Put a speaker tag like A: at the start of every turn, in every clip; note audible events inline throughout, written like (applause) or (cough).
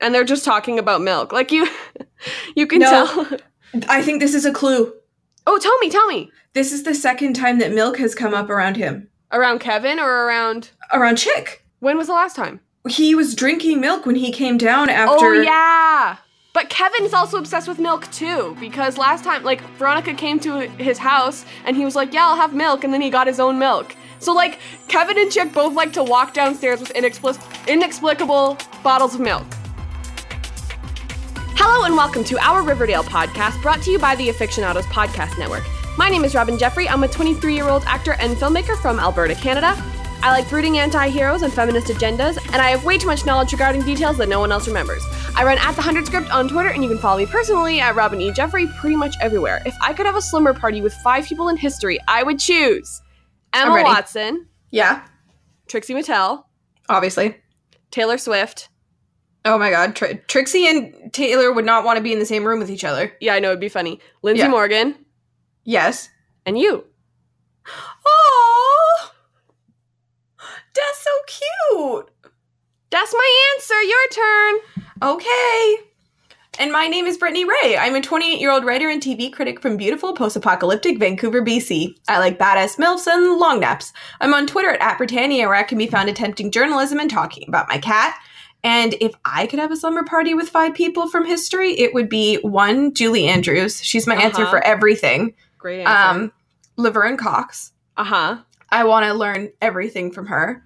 A: and they're just talking about milk. Like you, (laughs) you can
B: No.
A: tell. (laughs)
B: I think this is a clue.
A: Oh, tell me, tell me.
B: This is the second time that milk has come up around him.
A: Around Kevin or around
B: Around Chick.
A: when was the last time?
B: He was drinking milk when he came down after
A: Oh yeah. But Kevin is also obsessed with milk too because last time like Veronica came to his house and he was like, "Yeah, I'll have milk." And then he got his own milk. So like Kevin and Chick both like to walk downstairs with inexplic- inexplicable bottles of milk. Hello and welcome to our Riverdale podcast brought to you by the Aficionados Podcast Network. My name is Robin Jeffrey. I'm a 23 year old actor and filmmaker from Alberta, Canada. I like rooting anti heroes and feminist agendas, and I have way too much knowledge regarding details that no one else remembers. I run at the 100 script on Twitter, and you can follow me personally at Robin E. Jeffrey pretty much everywhere. If I could have a slumber party with five people in history, I would choose
B: I'm
A: Emma
B: ready.
A: Watson,
B: Yeah,
A: Trixie Mattel,
B: obviously.
A: Taylor Swift.
B: Oh my god, Tri- Trixie and Taylor would not want to be in the same room with each other.
A: Yeah, I know it'd be funny. Lindsay
B: Yeah.
A: Morgan,
B: Yes.
A: and you.
B: Oh, that's so cute.
A: That's my answer. Your turn.
B: Okay. And my name is Brittany Ray. I'm a 28 year old writer and TV critic from beautiful post apocalyptic Vancouver, BC. I like badass MILFs and long naps. I'm on Twitter at, at Britannia, where I can be found attempting journalism and talking about my cat. And if I could have a slumber party with five people from history, it would be one, Julie Andrews. She's my answer
A: Uh-huh.
B: for everything.
A: Great
B: Um, Laverne Cox.
A: uh huh.
B: I want to learn everything from her.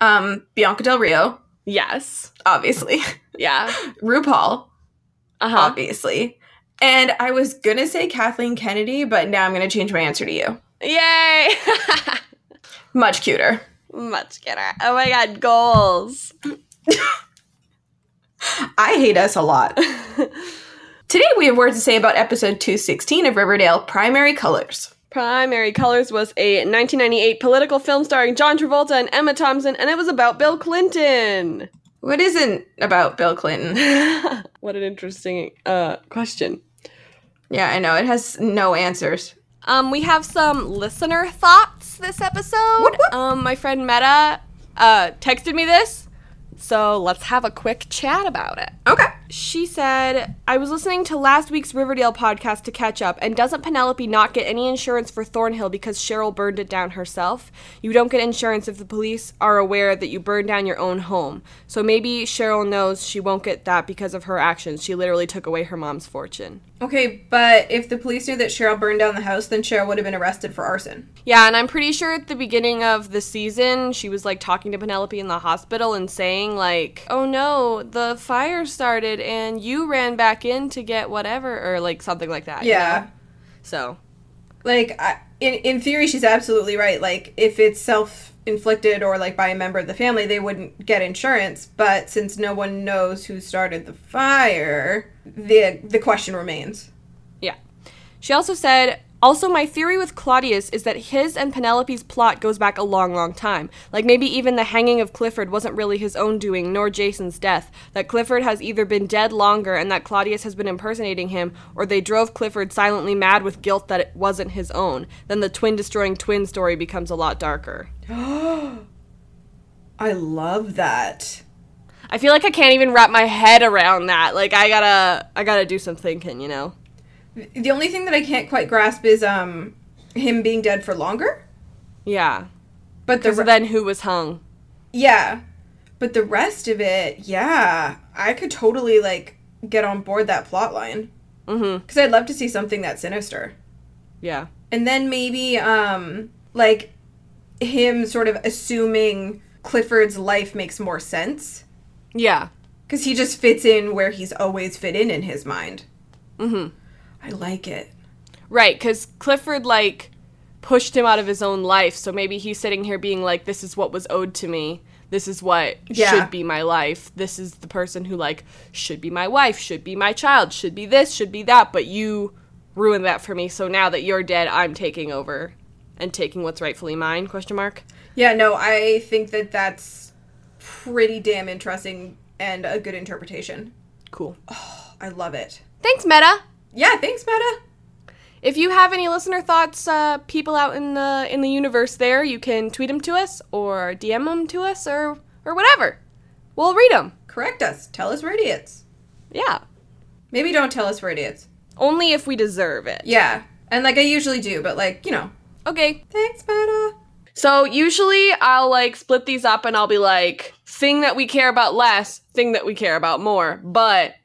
B: Um, Bianca Del Rio,
A: Yes.
B: obviously. (laughs)
A: Yeah.
B: RuPaul.
A: Uh huh.
B: obviously. And I was gonna say Kathleen Kennedy, but now I'm gonna change my answer to you.
A: Yay. (laughs)
B: Much cuter.
A: Much better. Oh my god, goals.
B: I hate us a lot. (laughs) Today we have words to say about episode 216 of Riverdale Primary Colors.
A: Primary Colors was a 1998 political film starring John Travolta and Emma Thompson, and it was about Bill Clinton. (laughs)
B: What isn't about Bill Clinton?
A: what an interesting uh, question.
B: Yeah, I know, it has no answers.
A: Um, we have some listener thoughts this episode.
B: Whoop, whoop.
A: Um, my friend Meta uh, texted me this, so let's have a quick chat about it.
B: Okay.
A: She said, I was listening to last week's Riverdale podcast to catch up, and doesn't Penelope not get any insurance for Thornhill because Cheryl burned it down herself? You don't get insurance if the police are aware that you burned down your own home. So maybe Cheryl knows she won't get that because of her actions. She literally took away her mom's fortune.
B: Okay, but if the police knew that Cheryl burned down the house, then Cheryl would have been arrested for arson.
A: Yeah, and I'm pretty sure at the beginning of the season, she was like talking to Penelope in the hospital and saying, like, oh no, the fire started and you ran back in to get whatever, or like something like that. you know?
B: Yeah.
A: So.
B: Like I, in in theory she's absolutely right. Like if it's self inflicted or like by a member of the family, they wouldn't get insurance, but since no one knows who started the fire, the the question remains. (gasps)
A: Yeah. She also said, also, my theory with Claudius is that his and Penelope's plot goes back a long, long time. Like, maybe even the hanging of Clifford wasn't really his own doing, nor Jason's death. That Clifford has either been dead longer and that Claudius has been impersonating him, or they drove Clifford silently mad with guilt that it wasn't his own. Then the twin destroying twin story becomes a lot darker.
B: I love that.
A: I feel like I can't even wrap my head around that. Like, I gotta, I gotta do some thinking, you know?
B: The only thing that I can't quite grasp is um him being dead for longer,
A: Yeah.
B: but the
A: Because
B: re-
A: then who was hung?
B: yeah, but the rest of it, yeah, I could totally like get on board that plot line
A: Mm hmm.
B: cuz I'd love to see something that sinister.
A: Yeah.
B: and then maybe um like him sort of assuming clifford's life makes more sense
A: Yeah.
B: because he just fits in where he's always fit in in his mind
A: Mm hmm.
B: Mm-hmm. i like it
A: Right, because Clifford like pushed him out of his own life, so maybe he's sitting here being like, "This is what was owed to me. This is what
B: Yeah.
A: should be my life. This is the person who like should be my wife, should be my child, should be this, should be that." But you ruined that for me, so now that you're dead, I'm taking over and taking what's rightfully mine? Question mark.
B: yeah no i think that that's pretty damn interesting and a good interpretation Oh,
A: Cool.
B: i love it
A: Thanks, Meta.
B: yeah thanks meta
A: If you have any listener thoughts, uh, people out in the in the universe, there you can tweet them to us or DM them to us or or whatever. We'll read them.
B: Correct us. Tell us we're idiots.
A: Yeah.
B: Maybe don't tell us we're idiots.
A: Only if we deserve it.
B: Yeah. And like I usually do, but like, you know.
A: Okay.
B: Thanks, Meta.
A: So usually I'll like split these up and I'll be like, thing that we care about less, thing that we care about more. But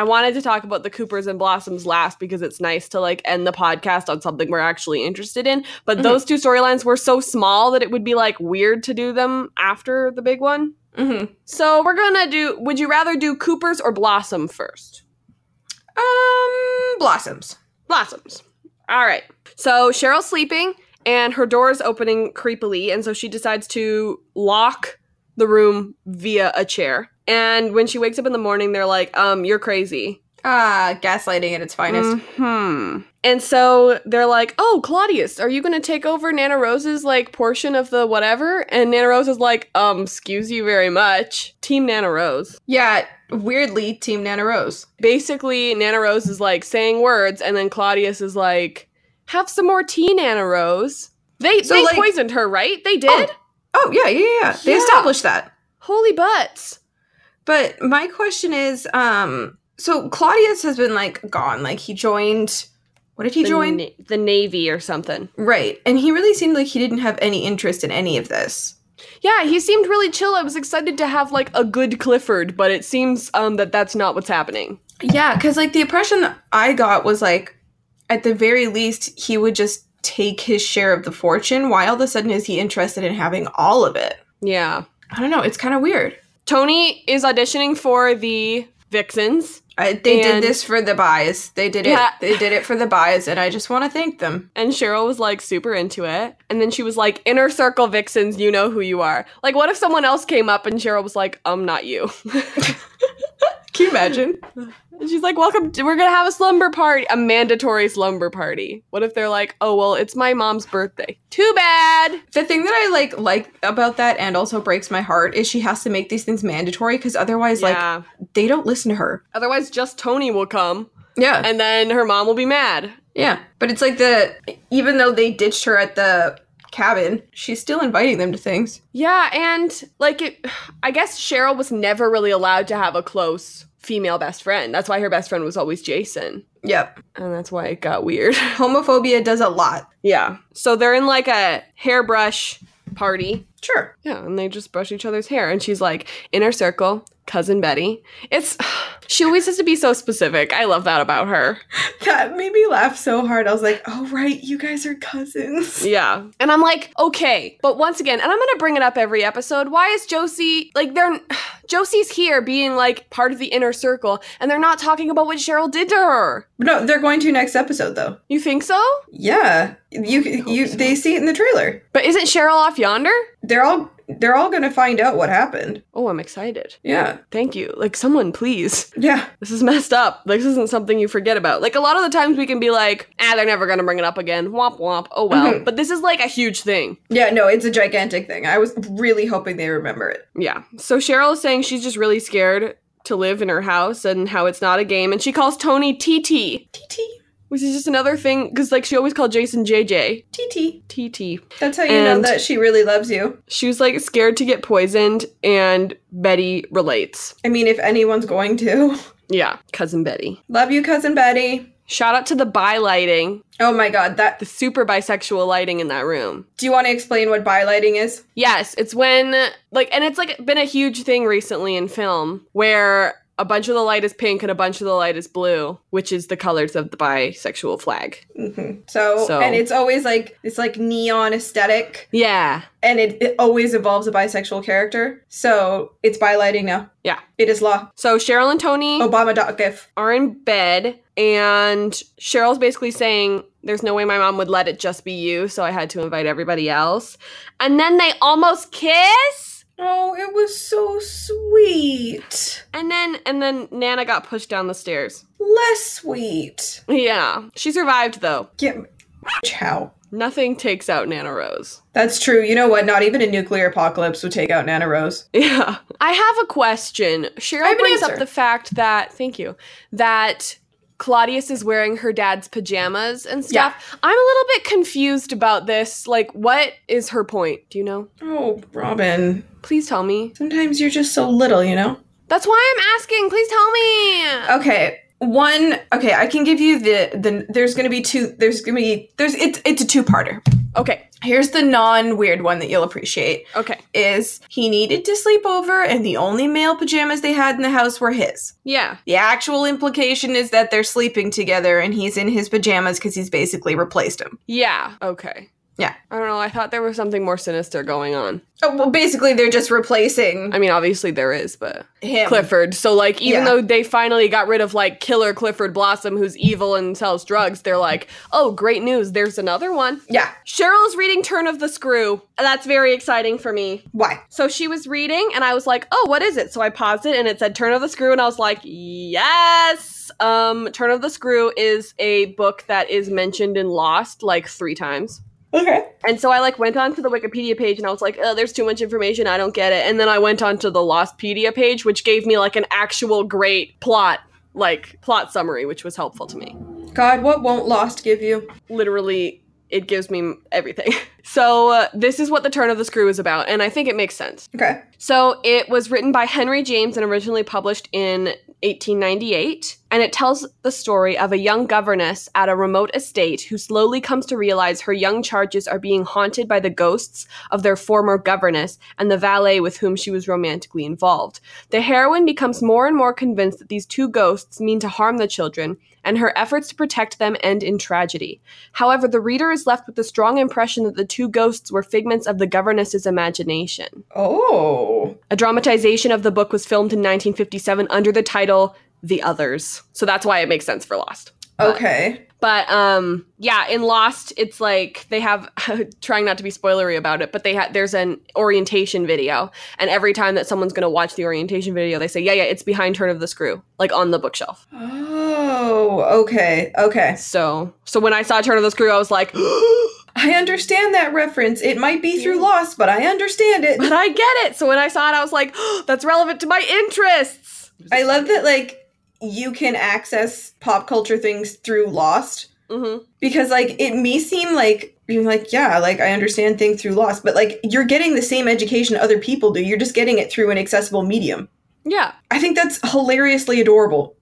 A: I wanted to talk about the Coopers and Blossoms last because it's nice to like end the podcast on something we're actually interested in. But
B: Mhm.
A: those two storylines were so small that it would be like weird to do them after the big one.
B: Mm-hmm.
A: So we're gonna do would you rather do Coopers or Blossom first?
B: Um, blossoms.
A: blossoms. All right. So Cheryl's sleeping and her door is opening creepily, and so she decides to lock the room via a chair. And when she wakes up in the morning, they're like, um, you're crazy.
B: Ah, gaslighting at its finest.
A: Hmm. And so they're like, oh, Claudius, are you going to take over Nana Rose's, like, portion of the whatever? And Nana Rose is like, um, excuse you very much. Team Nana Rose.
B: Yeah, weirdly, Team Nana Rose.
A: basically Nana Rose is like saying words, and then Claudius is like, "Have some more tea, Nana Rose." They
B: So,
A: they
B: like-
A: poisoned her, right? They did.
B: Oh, yeah, yeah, yeah. yeah. They
A: Yeah.
B: established that.
A: Holy butts!
B: But my question is, um, so Claudius has been like gone. Like he joined. What did he
A: the
B: join?
A: na- the navy or something.
B: right, and he really seemed like he didn't have any interest in any of this.
A: Yeah, he seemed really chill. I was excited to have like a good Clifford, but it seems um that that's not what's happening.
B: Yeah, because like the impression that I got was like, at the very least, he would just take his share of the fortune. Why all of a sudden is he interested in having all of it?
A: Yeah,
B: I don't know. It's kind of weird.
A: Tony is auditioning for the Vixens,
B: I, they
A: And-
B: did this for the buys. They did
A: Yeah.
B: it. They did it for the buys, and I just want to thank them.
A: and Cheryl was like super into it, and then she was like, "Inner circle Vixens, you know who you are." Like, what if someone else came up and Cheryl was like, "Um, not you."
B: Can you imagine?
A: And she's like, "Welcome. To, we're gonna have a slumber party, a mandatory slumber party." What if they're like, "Oh well, it's my mom's birthday. Too bad."
B: The thing that I like like about that and also breaks my heart is she has to make these things mandatory because otherwise,
A: yeah.
B: like, they don't listen to her.
A: Otherwise, just Tony will come,
B: Yeah,
A: and then her mom will be mad.
B: yeah. But it's like the even though they ditched her at the cabin, she's still inviting them to things.
A: Yeah, and like it, I guess Cheryl was never really allowed to have a close female best friend. That's why her best friend was always Jason,
B: Yep,
A: and that's why it got weird. (laughs)
B: homophobia does a lot.
A: yeah. So they're in like a hairbrush party.
B: Sure. (laughs)
A: Yeah, and they just brush each other's hair. And she's like, inner circle, cousin Betty. It's, (sighs) she always has to be so specific. I love that about her.
B: That made me laugh so hard. I was like, "Oh right, you guys are cousins."
A: Yeah. And I'm like, okay. But once again, and I'm going to bring it up every episode. Why is Josie, like, they're, (sighs) Josie's here being like part of the inner circle, and they're not talking about what Cheryl did to her.
B: No, they're going to next episode though.
A: You think so?
B: Yeah, you you
A: so.
B: they see it in the trailer.
A: But isn't Cheryl off yonder?
B: They're all they're all gonna find out what happened.
A: Oh, I'm excited.
B: Yeah,
A: Thank you. Like, someone, please.
B: yeah,
A: this is messed up. Like, This isn't something you forget about. Like a lot of the times we can be like, ah, they're never gonna bring it up again. Womp womp. Oh well.
B: Mhm.
A: But this is like a huge thing.
B: yeah. No, it's a gigantic thing. I was really hoping they remember it.
A: Yeah. So Cheryl is saying she's just really scared to live in her house and how it's not a game, and she calls Tony TT,
B: TT
A: which is just another thing because like she always called Jason JJ.
B: TT.
A: TT.
B: That's how you know
A: And-
B: that she really loves you.
A: She was like scared to get poisoned, and Betty relates.
B: I mean, if anyone's going to (laughs)
A: Yeah, cousin Betty.
B: love you, cousin Betty.
A: Shout out to the bi lighting,
B: Oh my God, that.
A: the super bisexual lighting in that room.
B: Do you want to explain what bylighting is?
A: Yes, it's when like and it's like been a huge thing recently in film where a bunch of the light is pink and a bunch of the light is blue, which is the colors of the bisexual flag.
B: hmm So,
A: So-
B: and it's always like it's like neon aesthetic,
A: Yeah.
B: and it, it always involves a bisexual character. So it's bylighting now.
A: Yeah.
B: it is law.
A: So Cheryl and Tony
B: Obama dot gif.
A: are in bed and Cheryl's basically saying there's no way my mom would let it just be you, so I had to invite everybody else. And then they almost kiss.
B: Oh, it was so sweet.
A: And then and then Nana got pushed down the stairs. (laughs)
B: Less sweet.
A: Yeah. She survived though.
B: Get how.
A: Nothing takes out Nana Rose.
B: That's true. You know what? Not even a nuclear apocalypse would take out Nana Rose.
A: Yeah. I have a question.
B: I
A: Cheryl
B: have an
A: brings up
B: answer.
A: the fact that, thank you, that Claudius is wearing her dad's pajamas and stuff. I'm a little bit confused about this. Like, what is her point? Do you know?
B: Oh, Robin.
A: Please tell me.
B: Sometimes you're just so little, you know?
A: That's why I'm asking. Please tell me.
B: Okay. One. Okay, I can give you the the. There's gonna be two. There's gonna be there's it's it's a two parter.
A: Okay.
B: Here's the non weird one that you'll appreciate.
A: Okay.
B: Is he needed to sleep over, and the only male pajamas they had in the house were his.
A: Yeah.
B: The actual implication is that they're sleeping together, and he's in his pajamas because he's basically replaced him.
A: Yeah. Okay.
B: Yeah.
A: I don't know. I thought there was something more sinister going on.
B: Oh, well, basically they're just replacing
A: I mean, obviously there is, but
B: him.
A: Clifford. So like even
B: Yeah.
A: though they finally got rid of like killer Clifford Blossom who's evil and sells drugs, they're like, "Oh, great news. There's another one."
B: Yeah.
A: Cheryl's reading Turn of the Screw. That's very exciting for me.
B: Why?
A: So she was reading, and I was like, "Oh, what is it?" So I paused it, and it said "Turn of the Screw," and I was like, "Yes." Um, "Turn of the Screw" is a book that is mentioned in Lost like three times.
B: Okay.
A: And so I like went onto the Wikipedia page, and I was like, "Oh, there's too much information. I don't get it." And then I went onto the Lostpedia page, which gave me like an actual great plot, like plot summary, which was helpful to me
B: God, what won't Lost give you?
A: literally it gives me everything. (laughs) So uh, this is what the turn of the screw is about and I think it makes sense.
B: Okay.
A: So it was written by Henry James and originally published in 1898 and it tells the story of a young governess at a remote estate who slowly comes to realize her young charges are being haunted by the ghosts of their former governess and the valet with whom she was romantically involved. The heroine becomes more and more convinced that these two ghosts mean to harm the children and her efforts to protect them end in tragedy. However, the reader is left with the strong impression that the two ghosts were figments of the governess's imagination.
B: Oh.
A: A dramatization of the book was filmed in 1957 under the title The Others. So that's why it makes sense for Lost.
B: Okay.
A: But um yeah, in Lost it's like they have (laughs) trying not to be spoilery about it, but they ha- there's an orientation video and every time that someone's going to watch the orientation video they say, "Yeah, yeah, it's behind Turn of the Screw," like on the bookshelf.
B: Oh. Okay. Okay.
A: So, so when I saw Turn of the Screw, I was like, (gasps) but
B: I understand that reference. It might be through Lost, but I understand (laughs) it.
A: I get it. So when I saw it, I was like, (gasps) that's relevant to my interests.
B: I love that, like, you can access pop culture things through Lost.
A: hmm
B: because like it may seem like you're like yeah like i understand things through loss but like you're getting the same education other people do you're just getting it through an accessible medium
A: Yeah. (laughs)
B: i think that's hilariously adorable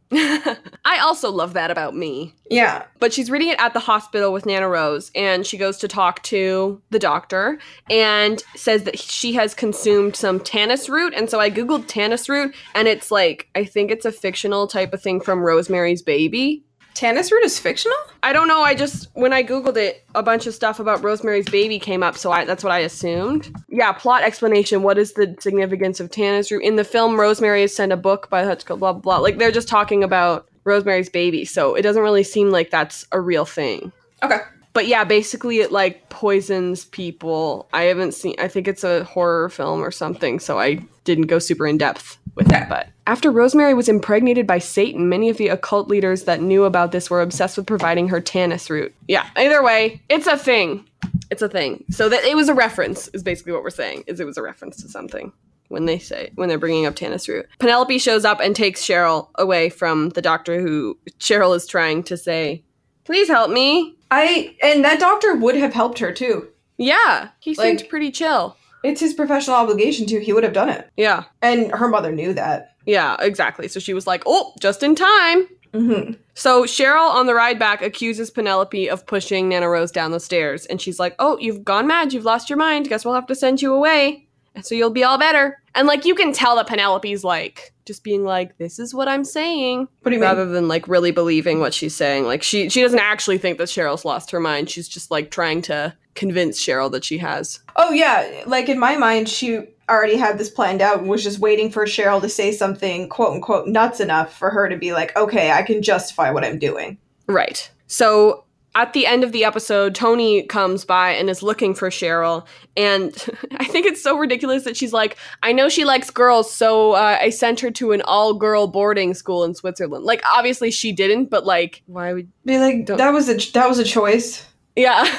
A: I also love that about me.
B: yeah
A: But she's reading it at the hospital with Nana Rose, and she goes to talk to the doctor and says that she has consumed some tannis root. And so I Googled tannis root, and it's like, I think it's a fictional type of thing from Rosemary's Baby.
B: tannis root is fictional
A: I don't know. I just when I googled it, a bunch of stuff about Rosemary's Baby came up, so I, that's what I assumed. Yeah, plot explanation. What is the significance of Tannis root in the film? Rosemary is sent a book by Hutchkill. Blah blah. blah. Like they're just talking about Rosemary's Baby, so it doesn't really seem like that's a real thing.
B: okay
A: But yeah, basically it like poisons people. I haven't seen. I think it's a horror film or something, so I didn't go super in depth with
B: Yeah.
A: that. But after Rosemary was impregnated by Satan, many of the occult leaders that knew about this were obsessed with providing her tannis root. Yeah. Either way, it's a thing. It's a thing. So that it was a reference is basically what we're saying. Is it was a reference to something when they say when they're bringing up Tannis root. Penelope shows up and takes Cheryl away from the doctor who Cheryl is trying to say, "Please help me."
B: i and that doctor would have helped her too
A: Yeah, he seemed
B: Like-
A: pretty chill.
B: it's his professional obligation to he would have done it
A: Yeah,
B: and her mother knew that
A: yeah, exactly. So she was like, "Oh, just in time."
B: mm-hmm.
A: So Cheryl on the ride back accuses Penelope of pushing Nana Rose down the stairs, and she's like, "Oh, you've gone mad. You've lost your mind. Guess we'll have to send you away, and so you'll be all better." And like, you can tell that Penelope's like just being like, "This is what I'm saying,"
B: what do you mean
A: rather than like really believing what she's saying. Like she she doesn't actually think that Cheryl's lost her mind. She's just like trying to convince Cheryl that she has.
B: oh yeah like in my mind she already had this planned out and was just waiting for cheryl to say something quote unquote nuts enough for her to be like okay i can justify what i'm doing
A: Right. So at the end of the episode, Tony comes by and is looking for Cheryl. And (laughs) I think it's so ridiculous that she's like, I know she likes girls, so uh, I sent her to an all girl boarding school in Switzerland. Like, obviously she didn't, but like, why would.
B: Be like
A: Don't-
B: that was a that was a choice.
A: Yeah. (laughs)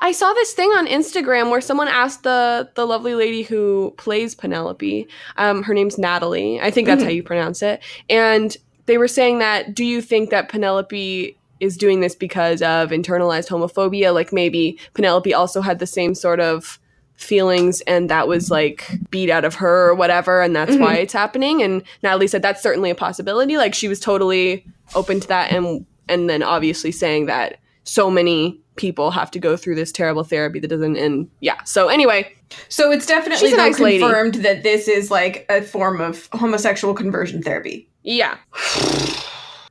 A: I saw this thing on Instagram where someone asked the the lovely lady who plays Penelope. Um, her name's Natalie. I think that's
B: Mhm.
A: how you pronounce it. And they were saying that do you think that Penelope is doing this because of internalized homophobia? Like maybe Penelope also had the same sort of feelings and that was like beat out of her or whatever and that's why it's happening and Natalie said that's certainly a possibility like she was totally open to that and and then obviously saying that so many people have to go through this terrible therapy that doesn't end yeah so anyway
B: So it's definitely
A: She's a
B: been
A: nice lady.
B: confirmed that this is like a form of homosexual conversion therapy.
A: yeah (sighs)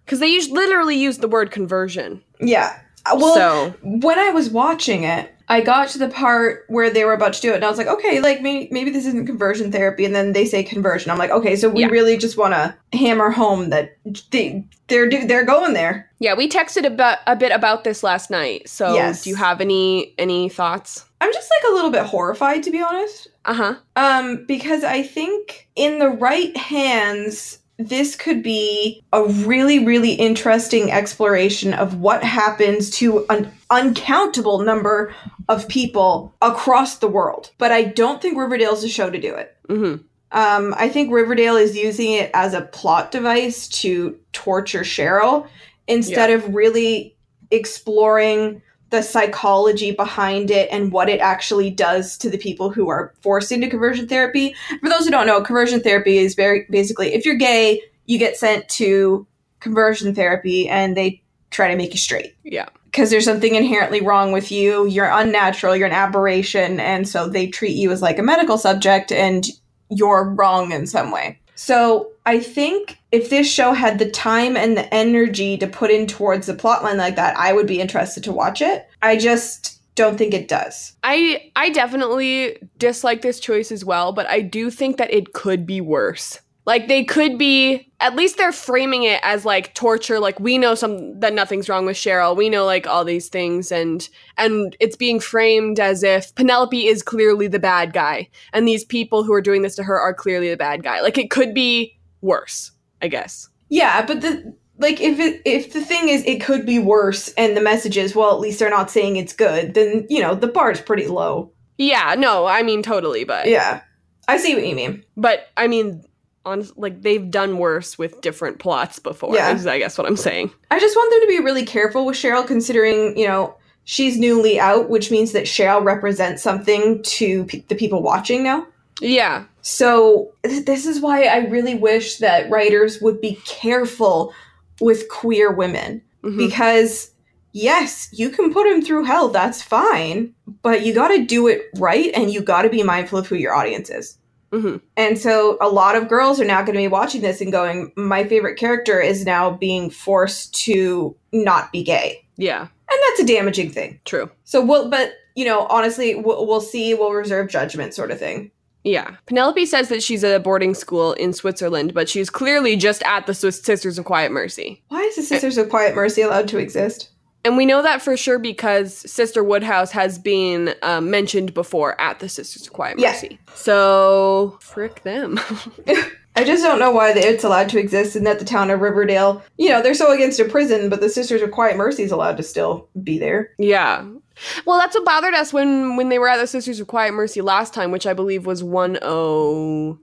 A: because they us- literally use the word conversion
B: Yeah. Uh, Well,
A: so
B: when I was watching it, I got to the part where they were about to do it, and I was like, okay, like maybe maybe this isn't conversion therapy, and then they say conversion. I'm like, okay, so we
A: Yeah.
B: really just want to hammer home that they they're do- they're going there.
A: yeah we texted about a bit about this last night so
B: Yes.
A: do you have any any thoughts
B: I'm just like a little bit horrified, to be honest,
A: uh-huh
B: um, because I think in the right hands. This could be a really, really interesting exploration of what happens to an uncountable number of people across the world. But I don't think Riverdale's a show to do it.
A: mm-hmm
B: Um, I think Riverdale is using it as a plot device to torture Cheryl instead of really exploring the psychology behind it and what it actually does to the people who are forced into conversion therapy. For those who don't know, conversion therapy is very basically if you're gay, you get sent to conversion therapy and they try to make you straight
A: yeah
B: because there's something inherently wrong with you. You're unnatural, you're an aberration, and so they treat you as like a medical subject and you're wrong in some way. So I think if this show had the time and the energy to put in towards the plotline like that, I would be interested to watch it. I just don't think it does.
A: I I definitely dislike this choice as well, but I do think that it could be worse. Like they could be at least they're framing it as like torture, like we know some that nothing's wrong with Cheryl. We know like all these things and and it's being framed as if Penelope is clearly the bad guy and these people who are doing this to her are clearly the bad guy. Like it could be worse, I guess.
B: Yeah, but the like if it if the thing is it could be worse and the message is well at least they're not saying it's good, then you know, the bar's pretty low.
A: Yeah, no, I mean totally, but
B: Yeah. I see what you mean.
A: But I mean, honest, like they've done worse with different plots before.
B: Yeah.
A: Is I guess what I'm saying.
B: I just want them to be really careful with Cheryl, considering, you know, she's newly out, which means that Cheryl represents something to pe- the people watching now.
A: Yeah.
B: So, th- this is why I really wish that writers would be careful with queer women.
A: Mhm.
B: Because, yes, you can put them through hell, that's fine, but you gotta do it right and you gotta be mindful of who your audience is.
A: Mhm.
B: And so a lot of girls are now going to be watching this and going, my favorite character is now being forced to not be gay.
A: Yeah.
B: And that's a damaging thing.
A: True.
B: So we'll, but you know, honestly, we'll, we'll see, we'll reserve judgment sort of thing.
A: Yeah. Penelope says that she's at a boarding school in Switzerland, but she's clearly just at the Swiss Sisters of Quiet Mercy.
B: Why is the Sisters of Quiet Mercy allowed to exist?
A: And we know that for sure because Sister Woodhouse has been um, mentioned before at the Sisters of Quiet
B: Yeah.
A: Mercy. So, frick them. (laughs)
B: I just don't know why it's allowed to exist and that the town of Riverdale, you know, they're so against a prison, but the Sisters of Quiet Mercy is allowed to still be there.
A: Yeah. Well, that's what bothered us when when they were at the Sisters of Quiet Mercy last time, which I believe was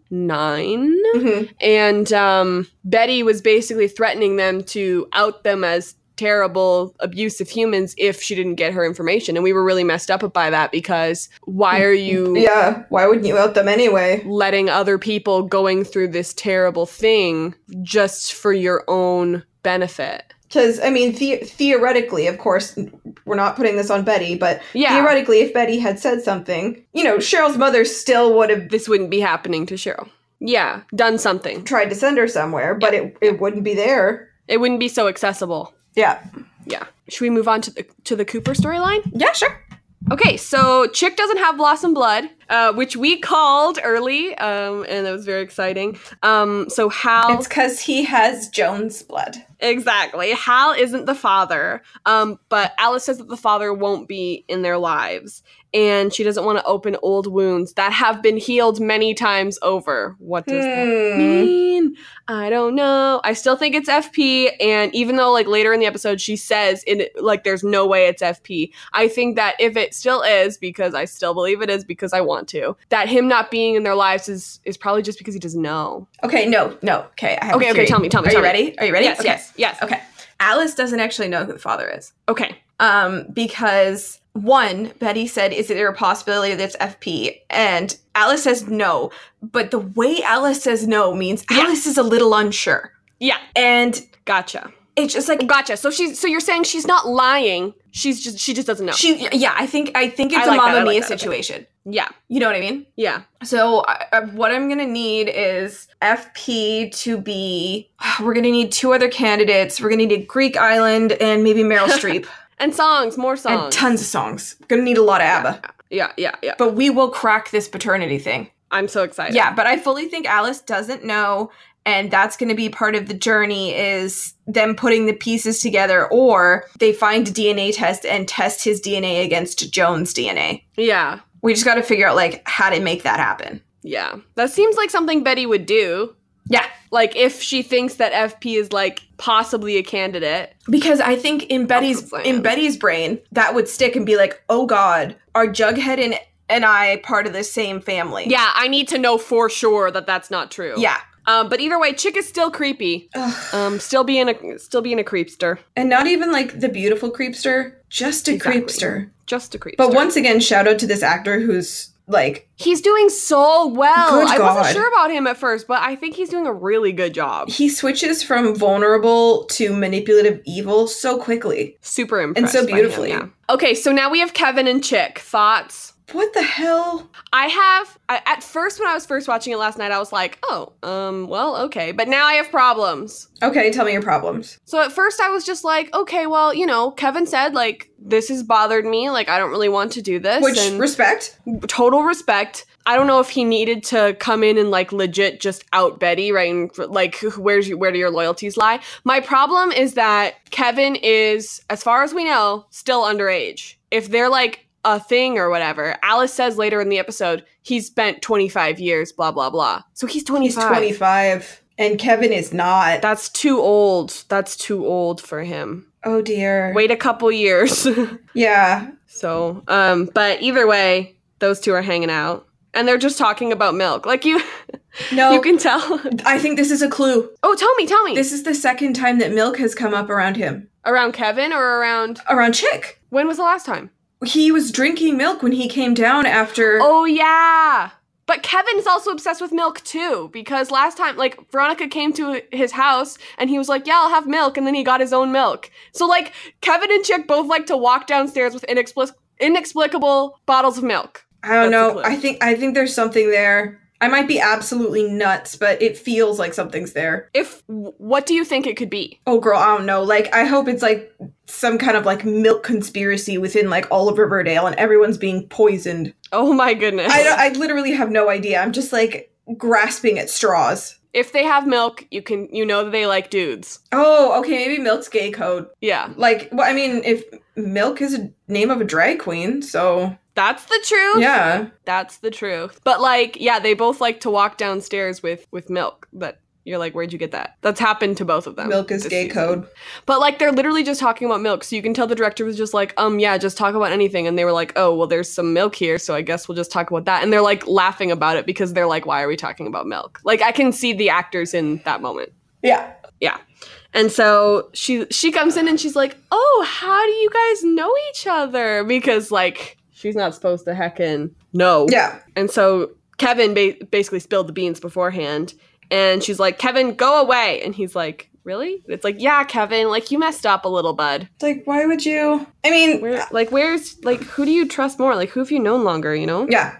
A: 109.
B: hmm
A: And um, Betty was basically threatening them to out them as terrible, abusive humans if she didn't get her information. And we were really messed up by that because why are you
B: (laughs) Yeah, why wouldn't you out them anyway?
A: letting other people going through this terrible thing just for your own benefit?
B: Because, I mean, the- theoretically, of course, we're not putting this on Betty, but
A: Yeah.
B: Theoretically, if Betty had said something, you know, Cheryl's mother still would have
A: this wouldn't be happening to Cheryl. Yeah, done something.
B: tried to send her somewhere, but it, it wouldn't be there.
A: It wouldn't be so accessible.
B: Yeah.
A: Yeah. Should we move on to the to the Cooper storyline?
B: Yeah, sure.
A: Okay, so Chick doesn't have Blossom blood, uh, which we called early, um, and that was very exciting. Um, so Hal,
B: It's because he has Jones blood.
A: exactly, Hal isn't the father, um, but Alice says that the father won't be in their lives, and she doesn't want to open old wounds that have been healed many times over. What does that
B: Hmm.
A: mean? I don't know. I still think it's FP, and even though like later in the episode she says in like there's no way it's FP, I think that if it still is, because I still believe it is because I want to, that him not being in their lives is is probably just because he doesn't know.
B: Okay, no, no. Okay, I have a
A: Okay, okay,
B: theory.
A: tell me, tell me,
B: Are
A: tell
B: you
A: me.
B: ready? Are you ready?
A: Yes,
B: Okay.
A: yes, yes.
B: Okay. Alice doesn't actually know who the father is.
A: Okay.
B: Um, because One, Betty said, Is there a possibility that's FP? And Alice says no. But the way Alice says no means
A: Yeah.
B: Alice is a little unsure.
A: Yeah,
B: And
A: gotcha,
B: it's just like
A: gotcha. So she's so you're saying she's not lying. She's just she just doesn't know.
B: she yeah, I think I think
A: I
B: it's a
A: like that, I
B: Mamma
A: like
B: Mia
A: that, okay.
B: situation.
A: yeah,
B: You know what I mean?
A: yeah.
B: So I, I, what I'm gonna need is FP to be. (sighs) We're gonna need two other candidates. We're gonna need Greek Island and
A: (laughs)
B: maybe Meryl Streep
A: And songs, more songs.
B: and tons of songs. Gonna need a lot of ABBA.
A: yeah, yeah, yeah.
B: But we will crack this paternity thing.
A: I'm so excited.
B: Yeah, but I fully think Alice doesn't know, and that's gonna be part of the journey is them putting the pieces together, or they find a DNA test and test his DNA against Joan's DNA.
A: yeah,
B: We just got to figure out like how to make that happen.
A: yeah. That seems like something Betty would do.
B: Yeah.
A: Like if she thinks that FP is like possibly a candidate.
B: Because I think in Betty's
A: Alpha
B: in
A: Plan.
B: Betty's brain that would stick and be like, "Oh God, are Jughead and and I part of the same family?"
A: Yeah, I need to know for sure that that's not true.
B: yeah.
A: Um, but either way, Chick is still creepy.
B: Ugh.
A: Um, still being a still being a creepster.
B: And not even like the beautiful creepster, just a
A: Exactly.
B: creepster.
A: Just a creepster.
B: But once again, shout out to this actor who's like,
A: he's doing so well.
B: Good
A: I
B: God.
A: wasn't sure about him at first, but I think he's doing a really good job.
B: he switches from vulnerable to manipulative evil so quickly.
A: Super
B: And
A: impressed.
B: so
A: by him,
B: beautifully.
A: yeah. Okay, so now we have Kevin and Chick. Thoughts?
B: What the hell?
A: I have I, at first when I was first watching it last night, I was like, oh, um, well, okay. But now I have problems.
B: Okay, tell me your problems.
A: So at first I was just like, okay, well, you know, Kevin said like this has bothered me, like I don't really want to do this.
B: Which
A: and
B: respect?
A: total respect. I don't know if he needed to come in and like legit just out Betty, right? And like, where's your, where do your loyalties lie? My problem is that Kevin is, as far as we know, still underage. If they're like a thing or whatever, Alice says later in the episode he's spent 25 years, blah blah blah. So he's 25.
B: He's twenty five, and Kevin is not.
A: That's too old. That's too old for him.
B: oh dear.
A: Wait a couple years. (laughs)
B: Yeah,
A: So, um, but either way, those two are hanging out and they're just talking about milk. Like you,
B: No,
A: you can tell. (laughs)
B: I think this is a clue.
A: Oh, tell me, tell me.
B: This is the second time that milk has come up around him.
A: around Kevin or around
B: Around Chick.
A: when was the last time?
B: He was drinking milk when he came down after.
A: Oh yeah. But Kevin's also obsessed with milk too because last time like Veronica came to his house and he was like, "Yeah, I'll have milk." And then he got his own milk. So like Kevin and Chick both like to walk downstairs with inexplic- inexplicable bottles of milk.
B: I don't
A: that's a
B: know.
A: clue.
B: I think I think there's something there. I might be absolutely nuts, but it feels like something's there.
A: If what do you think it could be?
B: Oh girl, I don't know. Like I hope it's like some kind of like milk conspiracy within like all of Riverdale and everyone's being poisoned.
A: Oh my goodness.
B: I don't, I literally have no idea. I'm just like grasping at straws.
A: if they have milk, you can you know that they like dudes.
B: Oh, okay, maybe milk's gay code.
A: Yeah.
B: Like, well, I mean, if milk is a name of a drag queen, so
A: That's the truth.
B: yeah.
A: That's the truth. But like, yeah, they both like to walk downstairs with with milk, but you're like, where'd you get that? That's happened to both of them.
B: milk is
A: Um, this
B: gay
A: season.
B: code.
A: But like they're literally just talking about milk. So you can tell the director was just like, um, yeah, just talk about anything. And they were like, oh, well, there's some milk here, so I guess we'll just talk about that. And they're like laughing about it because they're like, why are we talking about milk? Like I can see the actors in that moment.
B: Yeah.
A: And so she she comes in and she's like, "Oh, how do you guys know each other?" Because like she's not supposed to heckin' no.
B: Yeah.
A: And so Kevin ba- basically spilled the beans beforehand, and she's like, "Kevin, go away." And he's like, "Really?" It's like, "Yeah, Kevin, like you messed up a little, bud.
B: It's like, why would you? I mean,
A: Where, like, where's like who do you trust more? Like, who have you known longer? You know?"
B: yeah.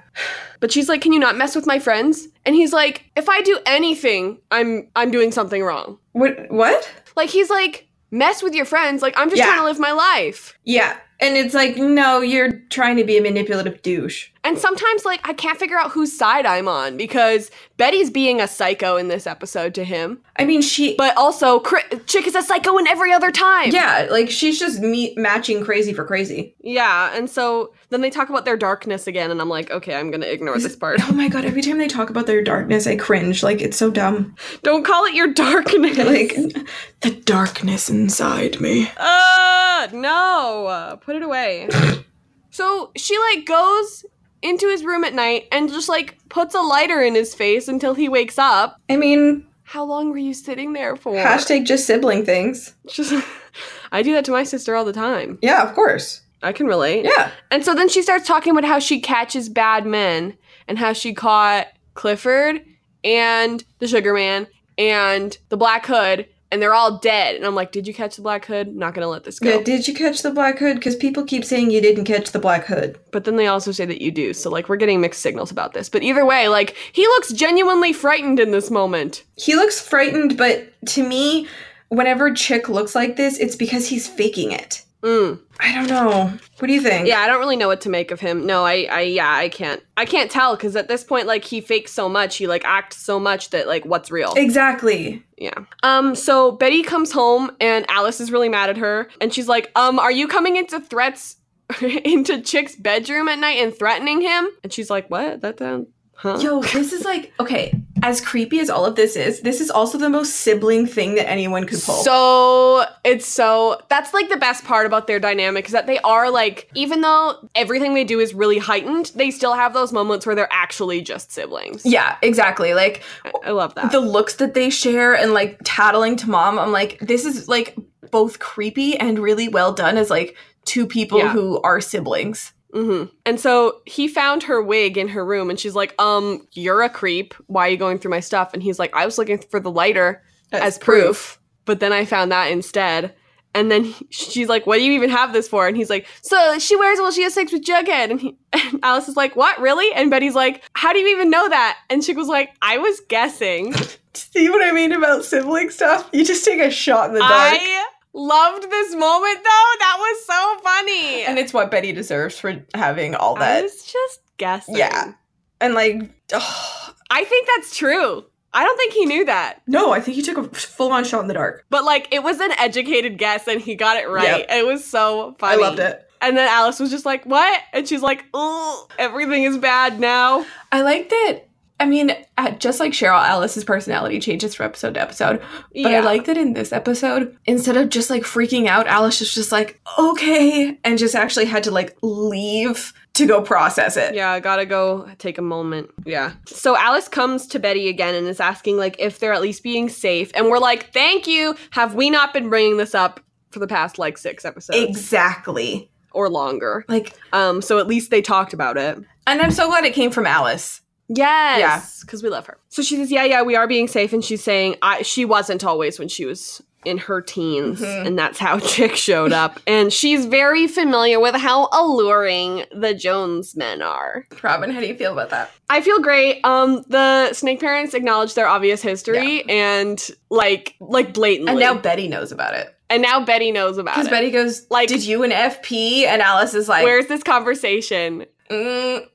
A: But she's like, "Can you not mess with my friends?" And he's like, "If I do anything, I'm I'm doing something wrong."
B: What? What?
A: Like he's like, "Mess with your friends. Like I'm just
B: Yeah.
A: trying to live my life."
B: Yeah. And it's like, no, you're trying to be a manipulative douche.
A: And sometimes, like, I can't figure out whose side I'm on because Betty's being a psycho in this episode to him,
B: I mean, she.
A: but also Cri- Chick is a psycho in every other time.
B: yeah, like she's just me- matching crazy for crazy.
A: yeah. And so then they talk about their darkness again, and I'm like, okay, I'm gonna ignore
B: (laughs)
A: this part.
B: Oh my god! Every time they talk about their darkness, I cringe. Like it's so dumb. (laughs)
A: Don't call it your darkness.
B: Like the darkness inside me.
A: uh, no, Uh, put it away. so she like goes into his room at night and just like puts a lighter in his face until he wakes up.
B: I mean,
A: How long were you sitting there for?
B: hashtag just sibling things.
A: (laughs) Just, I do that to my sister all the time.
B: Yeah, of course.
A: I can relate.
B: Yeah.
A: And so then she starts talking about how she catches bad men and how she caught Clifford and the Sugar Man and the Black Hood and they're all dead. And I'm like, did you catch the Black Hood? Not gonna let this go.
B: Yeah, did you catch the Black Hood? Because people keep saying you didn't catch the Black Hood.
A: but then they also say that you do. So like we're getting mixed signals about this. But either way, like he looks genuinely frightened in this moment.
B: He looks frightened, but to me, whenever Chick looks like this, it's because he's faking it.
A: Mm.
B: I don't know. What do you think?
A: Yeah, I don't really know what to make of him. No, I, I, yeah, I can't, I can't tell because at this point, like, he fakes so much, he like acts so much that like, what's real?
B: Exactly.
A: yeah. Um. So Betty comes home and Alice is really mad at her, and she's like, "Um, are you coming into threats (laughs) into Chick's bedroom at night and threatening him?" And she's like, "What? That sound? Huh? (laughs)
B: Yo, this is like, okay, as creepy as all of this is, this is also the most sibling thing that anyone could pull.
A: So it's so that's like the best part about their dynamic is that they are like even though everything they do is really heightened, they still have those moments where they're actually just siblings.
B: yeah, exactly. Like
A: I, I love that.
B: the looks that they share and like tattling to mom, I'm like, this is like both creepy and really well done as like two people
A: Yeah.
B: who are siblings.
A: hmm And so he found her wig in her room, and she's like, "Um, you're a creep. Why are you going through my stuff?" And he's like, "I was looking for the lighter as, proof. but then I found that instead." And then he- she's like, "What do you even have this for?" And he's like, "So she wears it while she has sex with Jughead." And, he, (laughs) and Alice is like, "What, really?" And Betty's like, "How do you even know that?" And Chick was like, "I was
B: (laughs)
A: guessing."
B: (laughs) See what I mean about sibling stuff? You just take a shot in the dark.
A: I loved this moment though. That was so funny.
B: and it's what Betty deserves for having all
A: I
B: that.
A: was just guessing.
B: Yeah. And like, ugh.
A: I think that's true. I don't think he knew that.
B: no, I think he took a full on shot in the dark.
A: But like it was an educated guess and he got it right. It was so funny.
B: I loved it.
A: And then Alice was just like, "What?" And she's like, "Ooh, everything is bad now."
B: I like that. I mean, uh, just like Cheryl, Alice's personality changes from episode to episode. But I like that in this episode, instead of just like freaking out, Alice is just like, okay, and just actually had to like leave to go process it.
A: Yeah, gotta go take a moment. Yeah. So Alice comes to Betty again and is asking like if they're at least being safe, and we're like, "Thank you. Have we not been bringing this up for the past like six episodes
B: Exactly.
A: or longer?"
B: Like,
A: Um. So at least they talked about it.
B: and I'm so glad it came from Alice.
A: Yes. Because we love her. So she says, Yeah, yeah, we are being safe. And she's saying, I, She wasn't always when she was in her teens.
B: Mhm.
A: And that's how (laughs) Chick showed up. and she's very familiar with how alluring the Jones men are.
B: Robin, how do you feel about that?
A: I feel great. Um, the snake parents acknowledge their obvious history and like like blatantly.
B: And now Betty knows about it.
A: and now Betty knows about
B: Because
A: it.
B: Betty goes,
A: Like-
B: like, did you an FP? And Alice is like,
A: Where's this conversation?
B: mm,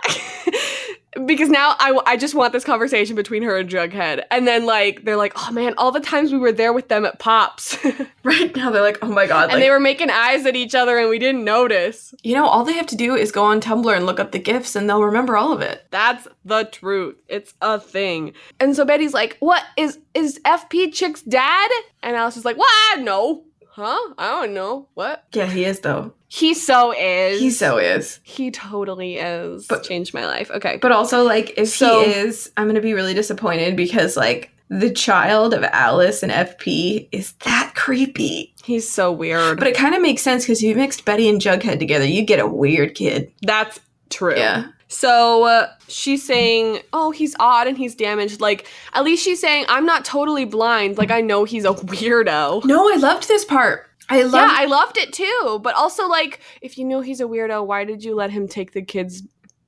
A: (laughs) because now I, I just want this conversation between her and Jughead. And then, like, they're like, oh man, all the times we were there with them at Pops. (laughs)
B: right now they're like, oh my God.
A: and
B: like,
A: they were making eyes at each other and we didn't notice.
B: you know, all they have to do is go on Tumblr and look up the gifts and they'll remember all of it.
A: That's the truth. It's a thing. And so Betty's like, what is is FP Chick's dad? And Alice is like, what? No. Huh? I don't know. What?
B: Yeah, he is though.
A: He so is.
B: He so is.
A: He totally is.
B: But-
A: Changed my life. Okay.
B: But also, like, if
A: So-
B: he is, I'm gonna be really disappointed because, like, the child of Alice and FP is that creepy.
A: he's so weird.
B: But it kind of makes sense because you mixed Betty and Jughead together, you get a weird kid.
A: That's true.
B: Yeah.
A: So uh, she's saying, "Oh, he's odd and he's damaged." Like at least she's saying, "I'm not totally blind. Like I know he's a (laughs) weirdo."
B: No, I loved this part. I love.
A: yeah, I loved it too. But also, like, if you knew he's a weirdo, why did you let him take the kids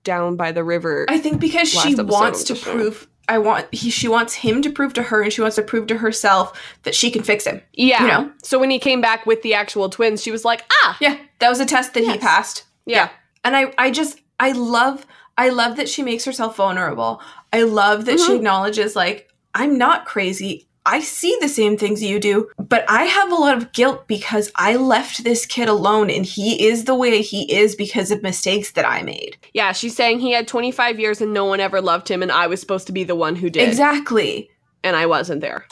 A: down by the river?
B: I think because
A: Last
B: she
A: episode
B: wants
A: of
B: to
A: the show.
B: prove. I want he. She wants him to prove to her, and she wants to prove to herself that she can fix him.
A: yeah.
B: you know.
A: So when he came back with the actual twins, she was like, "Ah,
B: Yeah, that was a test that he
A: Yes.
B: passed.
A: yeah,
B: and i i just i love i love that she makes herself vulnerable i love that she
A: Mhm.
B: acknowledges like i'm not crazy i see the same things you do but i have a lot of guilt because i left this kid alone and he is the way he is because of mistakes that i made
A: yeah." She's saying he had 25 years and no one ever loved him, and I was supposed to be the one who did,
B: exactly
A: and I wasn't there.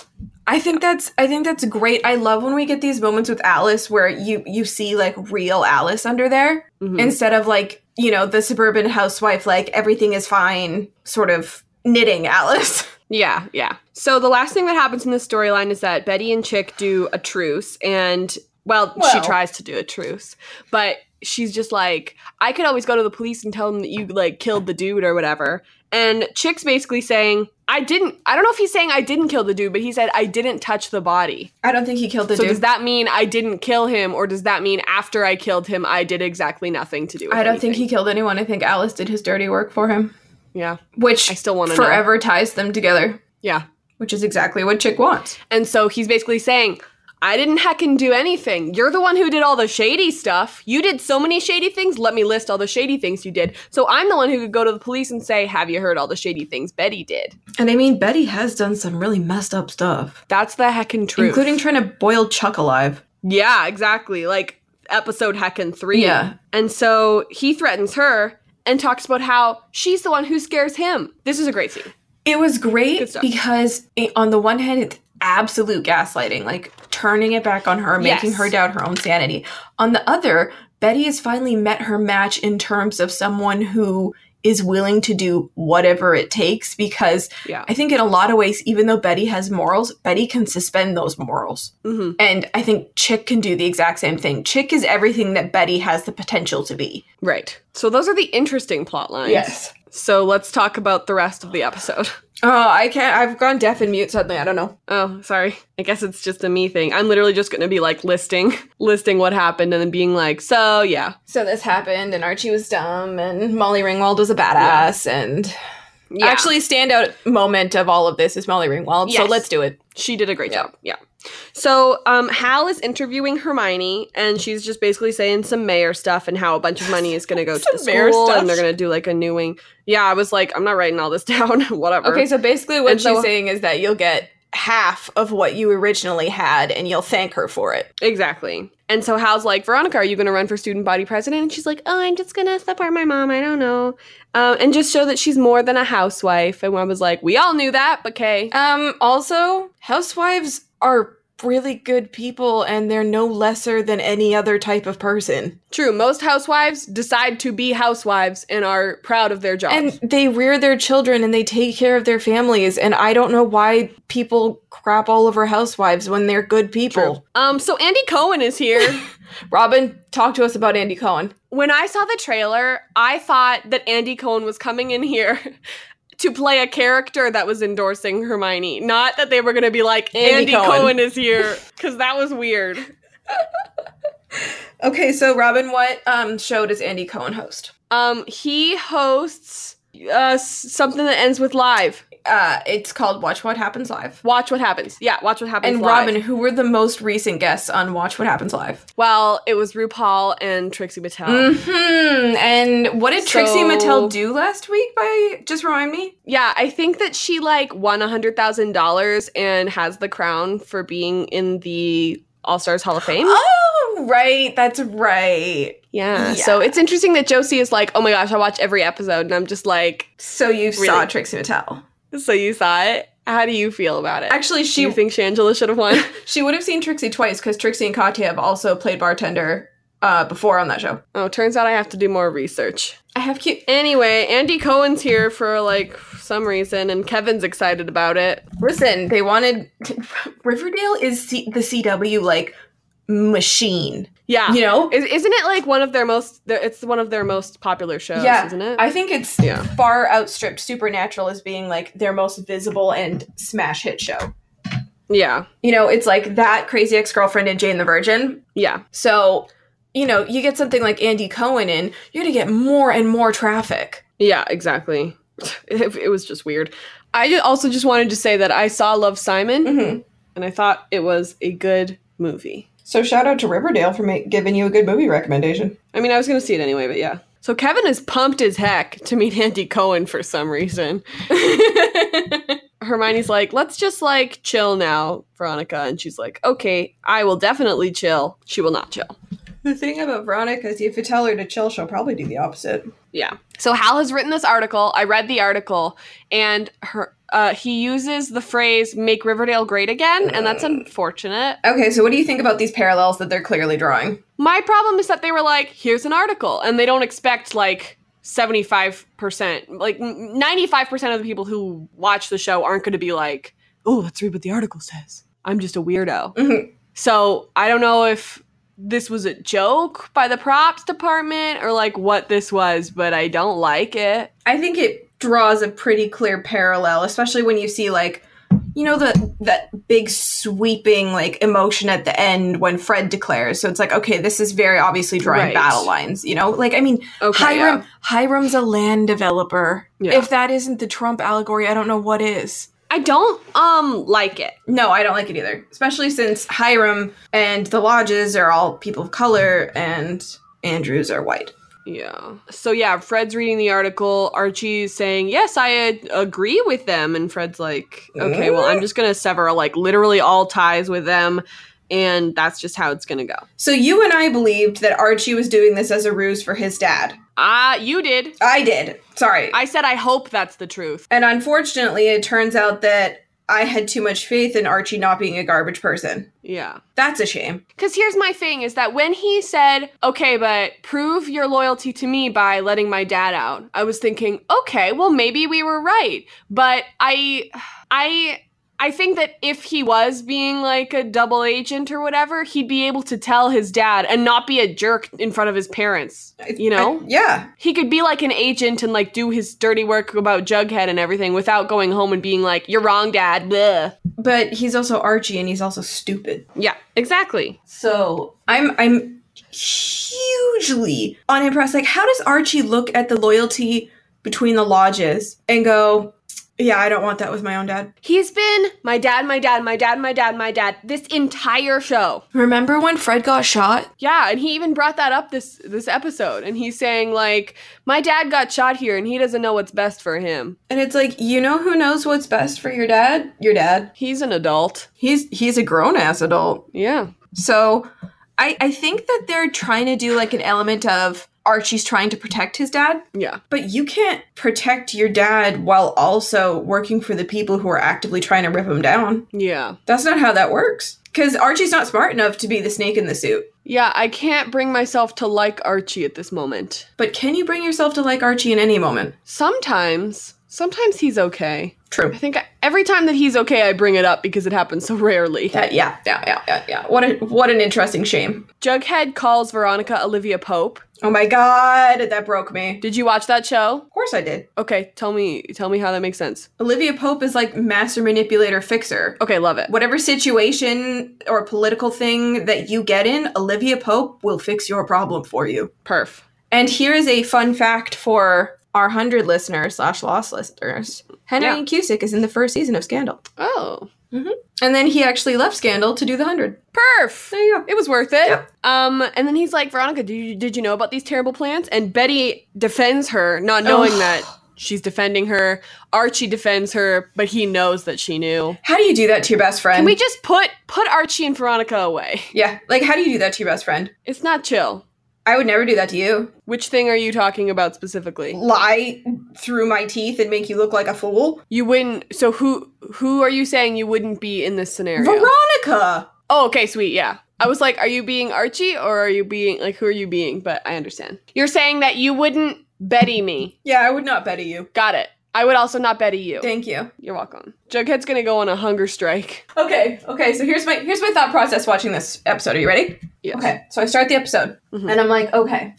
B: I think that's I think that's great. I love when we get these moments with Alice where you you see like real Alice under there
A: Mhm.
B: instead of like, you know, the suburban housewife like everything is fine sort of knitting Alice. (laughs)
A: Yeah, yeah. So the last thing that happens in this storyline is that Betty and Chick do a truce, and Well, she
B: Well.
A: tries to do a truce, but she's just like, I could always go to the police and tell them that you like killed the dude or whatever. And Chick's basically saying, I didn't. I don't know if he's saying I didn't kill the dude, but he said I didn't touch the body.
B: I don't think he killed the
A: so
B: dude.
A: does that mean I didn't kill him, or does that mean after I killed him, I did exactly nothing to do? With
B: I don't think
A: anything?
B: he killed anyone. I think Alice did his dirty work for him,
A: Yeah,
B: which
A: I still want to know.
B: forever ties them together,
A: Yeah,
B: which is exactly what Chick wants.
A: And so he's basically saying, I didn't heckin' do anything. You're the one who did all the shady stuff. You did so many shady things. Let me list all the shady things you did. So I'm the one who could go to the police and say, Have you heard all the shady things Betty did?
B: And I mean, Betty has done some really messed up stuff,
A: That's the heckin' truth.
B: including trying to boil Chuck alive.
A: Yeah, exactly. Like episode heckin' three.
B: Yeah.
A: And so he threatens her and talks about how she's the one who scares him. This is a great scene.
B: It was
A: Good
B: great
A: stuff.
B: because, it, on the one hand, it's absolute gaslighting, like turning it back on her, making
A: Yes.
B: her doubt her own sanity. On the other, Betty has finally met her match in terms of someone who is willing to do whatever it takes because
A: Yeah.
B: I think in a lot of ways, even though Betty has morals, Betty can suspend those morals.
A: hmm
B: And I think Chick can do the exact same thing. Chick is everything that Betty has the potential to be.
A: Right. So those are the interesting plot lines. So let's talk about the rest of the episode.
B: Oh, I can't. I've gone deaf and mute suddenly. I don't know.
A: Oh, sorry. I guess it's just a me thing. I'm literally just going to be like listing (laughs) listing what happened and then being like, "So, yeah.
B: So this happened, and Archie was dumb, and Molly Ringwald was a badass, and
A: yeah.
B: actually, standout moment of all of this is Molly Ringwald. So
A: Yes.
B: let's do it.
A: she did a great
B: Yeah.
A: job." Yeah. So, um Hal is interviewing Hermione and she's just basically saying some mayor stuff and how a bunch of money is going to go to the
B: (laughs) Some mayor
A: school
B: stuff.
A: and they're going to do like a new wing. Yeah, I was like, I'm not writing all this (laughs) down, whatever.
B: Okay, so basically, what
A: And
B: she's
A: so-
B: saying is that you'll get half of what you originally had, and you'll thank her for it.
A: Exactly. And so Hal's like, Veronica, are you going to run for student body president? And she's like, Oh, I'm just going to support my mom. I don't know. Um, and just show that she's more than a housewife. And I was like, We all knew that, but Kay.
B: Um, also, housewives are really good people and they're no lesser than any other type of person.
A: True. Most housewives decide to be housewives and are proud of their jobs.
B: And they rear their children and they take care of their families. And I don't know why people crap all over housewives when they're good people.
A: um, so Andy Cohen is here. (laughs)
B: Robin, talk to us about Andy Cohen.
A: when I saw the trailer, I thought that Andy Cohen was coming in here (laughs) to play a character that was endorsing Hermione, not that they were going to be like Andy,
B: Andy
A: Cohen.
B: Cohen.
A: is here because that was weird.
B: Okay, so Robin, what um show does Andy Cohen host?
A: Um, he hosts uh s- something that ends with live.
B: Uh it's called Watch What Happens Live.
A: Watch what happens. Yeah, watch what happens.
B: And
A: live.
B: Robin, who were the most recent guests on Watch What Happens Live?
A: Well, it was RuPaul and Trixie Mattel.
B: hmm And what did Trixie
A: So-
B: Mattel do last week? By just remind me.
A: Yeah, I think that she like won a hundred thousand dollars and has the crown for being in the All Stars Hall of
B: (gasps)
A: Fame.
B: Oh, right. That's right.
A: Yeah.
B: Yeah.
A: So it's interesting that Josie is like, oh my gosh, I watch every episode, and I'm just like,
B: So you saw
A: Really?
B: Trixie Mattel.
A: so you saw it? How do you feel about it?
B: Actually,
A: do you
B: she
A: think Shangela should have won? (laughs)
B: she would have seen Trixie twice because Trixie and Katya have also played bartender uh, before on that show.
A: oh, turns out I have to do more research.
B: I have cute.
A: Anyway, Andy Cohen's here for like some reason, and Kevin's excited about it.
B: Listen, they wanted (laughs) Riverdale is C- the CW like machine.
A: Yeah.
B: You know,
A: Is, isn't it like one of their most? their- It's one of their most popular shows,
B: Yeah,
A: isn't it?
B: I think it's
A: Yeah.
B: far outstripped Supernatural as being like their most visible and smash hit show.
A: yeah.
B: You know, it's like that crazy ex girlfriend and Jane the Virgin.
A: Yeah.
B: So, you know, you get something like Andy Cohen in, you're going to get more and more traffic.
A: Yeah. Exactly. (laughs) It, it was just weird. I ju- also just wanted to say that I saw Love Simon,
B: Mm-hmm.
A: and I thought it was a good movie.
B: So, shout out to Riverdale for ma- giving you a good movie recommendation.
A: I mean, I was going to see it anyway, but yeah. So Kevin is pumped as heck to meet Andy Cohen for some reason. (laughs) Hermione's like, let's just like chill now, Veronica. And she's like, okay, I will definitely chill. She will not chill.
B: The thing about Veronica is if you tell her to chill, she'll probably do the opposite.
A: Yeah. So Hal has written this article. I read the article, and her, uh, he uses the phrase make Riverdale great again, and that's unfortunate.
B: Okay, so what do you think about these parallels that they're clearly drawing?
A: My problem is that they were like, here's an article, and they don't expect like 75%, like n- 95% of the people who watch the show aren't going to be like, oh, let's read what the article says. I'm just a weirdo.
B: Mhm.
A: So I don't know if this was a joke by the props department or like what this was, but I don't like it.
B: I think it draws a pretty clear parallel, especially when you see like you know the that big sweeping like emotion at the end when Fred declares. So it's like, okay, this is very obviously drawing
A: Right.
B: battle lines, you know? Like I mean
A: Okay.
B: Hiram Hiram's a land developer.
A: Yeah.
B: If that isn't the Trump allegory, I don't know what is.
A: I don't um like it.
B: No, I don't like it either. Especially since Hiram and the lodges are all people of color and Andrews are white.
A: Yeah. So yeah, Fred's reading the article. Archie's saying, "Yes, I ad- agree with them." And Fred's like, "Okay, well, I'm just going to sever like literally all ties with them." And that's just how it's going to go.
B: So you and I believed that Archie was doing this as a ruse for his dad.
A: Ah, you did.
B: I did. Sorry.
A: I said I hope that's the truth.
B: and unfortunately, it turns out that I had too much faith in Archie not being a garbage person.
A: Yeah.
B: That's a shame.
A: Because here's my thing is that when he said, okay, but prove your loyalty to me by letting my dad out, I was thinking, okay, well, maybe we were right. But I, I, I think that if he was being like a double agent or whatever, he'd be able to tell his dad and not be a jerk in front of his parents. You know?
B: I- yeah.
A: He could be like an agent and like do his dirty work about Jughead and everything without going home and being like, you're wrong, dad. Blah.
B: But he's also Archie and he's also stupid.
A: Yeah, exactly.
B: So I'm I'm hugely unimpressed. Like, how does Archie look at the loyalty between the lodges and go, Yeah, I don't want that with my own dad?
A: He's been my dad, my dad, my dad, my dad, my dad this entire show.
B: Remember when Fred got shot?
A: Yeah, and he even brought that up this this episode and he's saying like my dad got shot here and he doesn't know what's best for him.
B: And it's like, you know who knows what's best for your dad? Your dad.
A: He's an adult.
B: He's he's a grown ass adult.
A: Yeah.
B: So I, I think that they're trying to do like an element of Archie's trying to protect his dad,
A: Yeah.
B: but you can't protect your dad while also working for the people who are actively trying to rip him down.
A: Yeah.
B: That's not how that works. Because Archie's not smart enough to be the snake in the suit.
A: Yeah, I can't bring myself to like Archie at this moment.
B: But can you bring yourself to like Archie in any moment?
A: Sometimes, sometimes he's okay.
B: True.
A: I think I, every time that he's okay, I bring it up because it happens so rarely.
B: That yeah, yeah, yeah, yeah, yeah. What a what an interesting shame.
A: Jughead calls Veronica Olivia Pope.
B: Oh my god, that broke me.
A: Did you watch that show?
B: Of course I did.
A: Okay, tell me tell me how that makes sense.
B: Olivia Pope is like master manipulator fixer.
A: Okay, love it.
B: Whatever situation or political thing that you get in, Olivia Pope will fix your problem for you.
A: Perf.
B: And here is a fun fact for our 100 listeners slash lost listeners. Henry
A: Yeah.
B: Cusick is in the first season of Scandal.
A: Oh.
B: And then he actually left Scandal to do the 100.
A: Perf.
B: There you go.
A: It was worth it.
B: Yep.
A: Um, and then he's like, Veronica, did you, did you know about these terrible plans? And Betty defends her, not knowing
B: Ugh.
A: that she's defending her. Archie defends her, but he knows that she knew.
B: How do you do that to your best friend?
A: Can we just put put Archie and Veronica away?
B: yeah, like how do you do that to your best friend?
A: It's not chill.
B: I would never do that to you.
A: Which thing are you talking about specifically?
B: Lie through my teeth and make you look like a fool?
A: You wouldn't. So who who are you saying you wouldn't be in this scenario?
B: Veronica!
A: Oh, okay, sweet. Yeah. I was like, are you being Archie or are you being like who are you being? But I understand. You're saying that you wouldn't Betty me.
B: Yeah, I would not bet at you.
A: Got it. I would also not Betty you.
B: Thank you.
A: You're welcome. Jughead's gonna go on a hunger strike.
B: Okay, okay, so here's my here's my thought process watching this episode. Are you ready?
A: Yes.
B: Okay, so I start the episode
A: Mhm.
B: and I'm like, okay,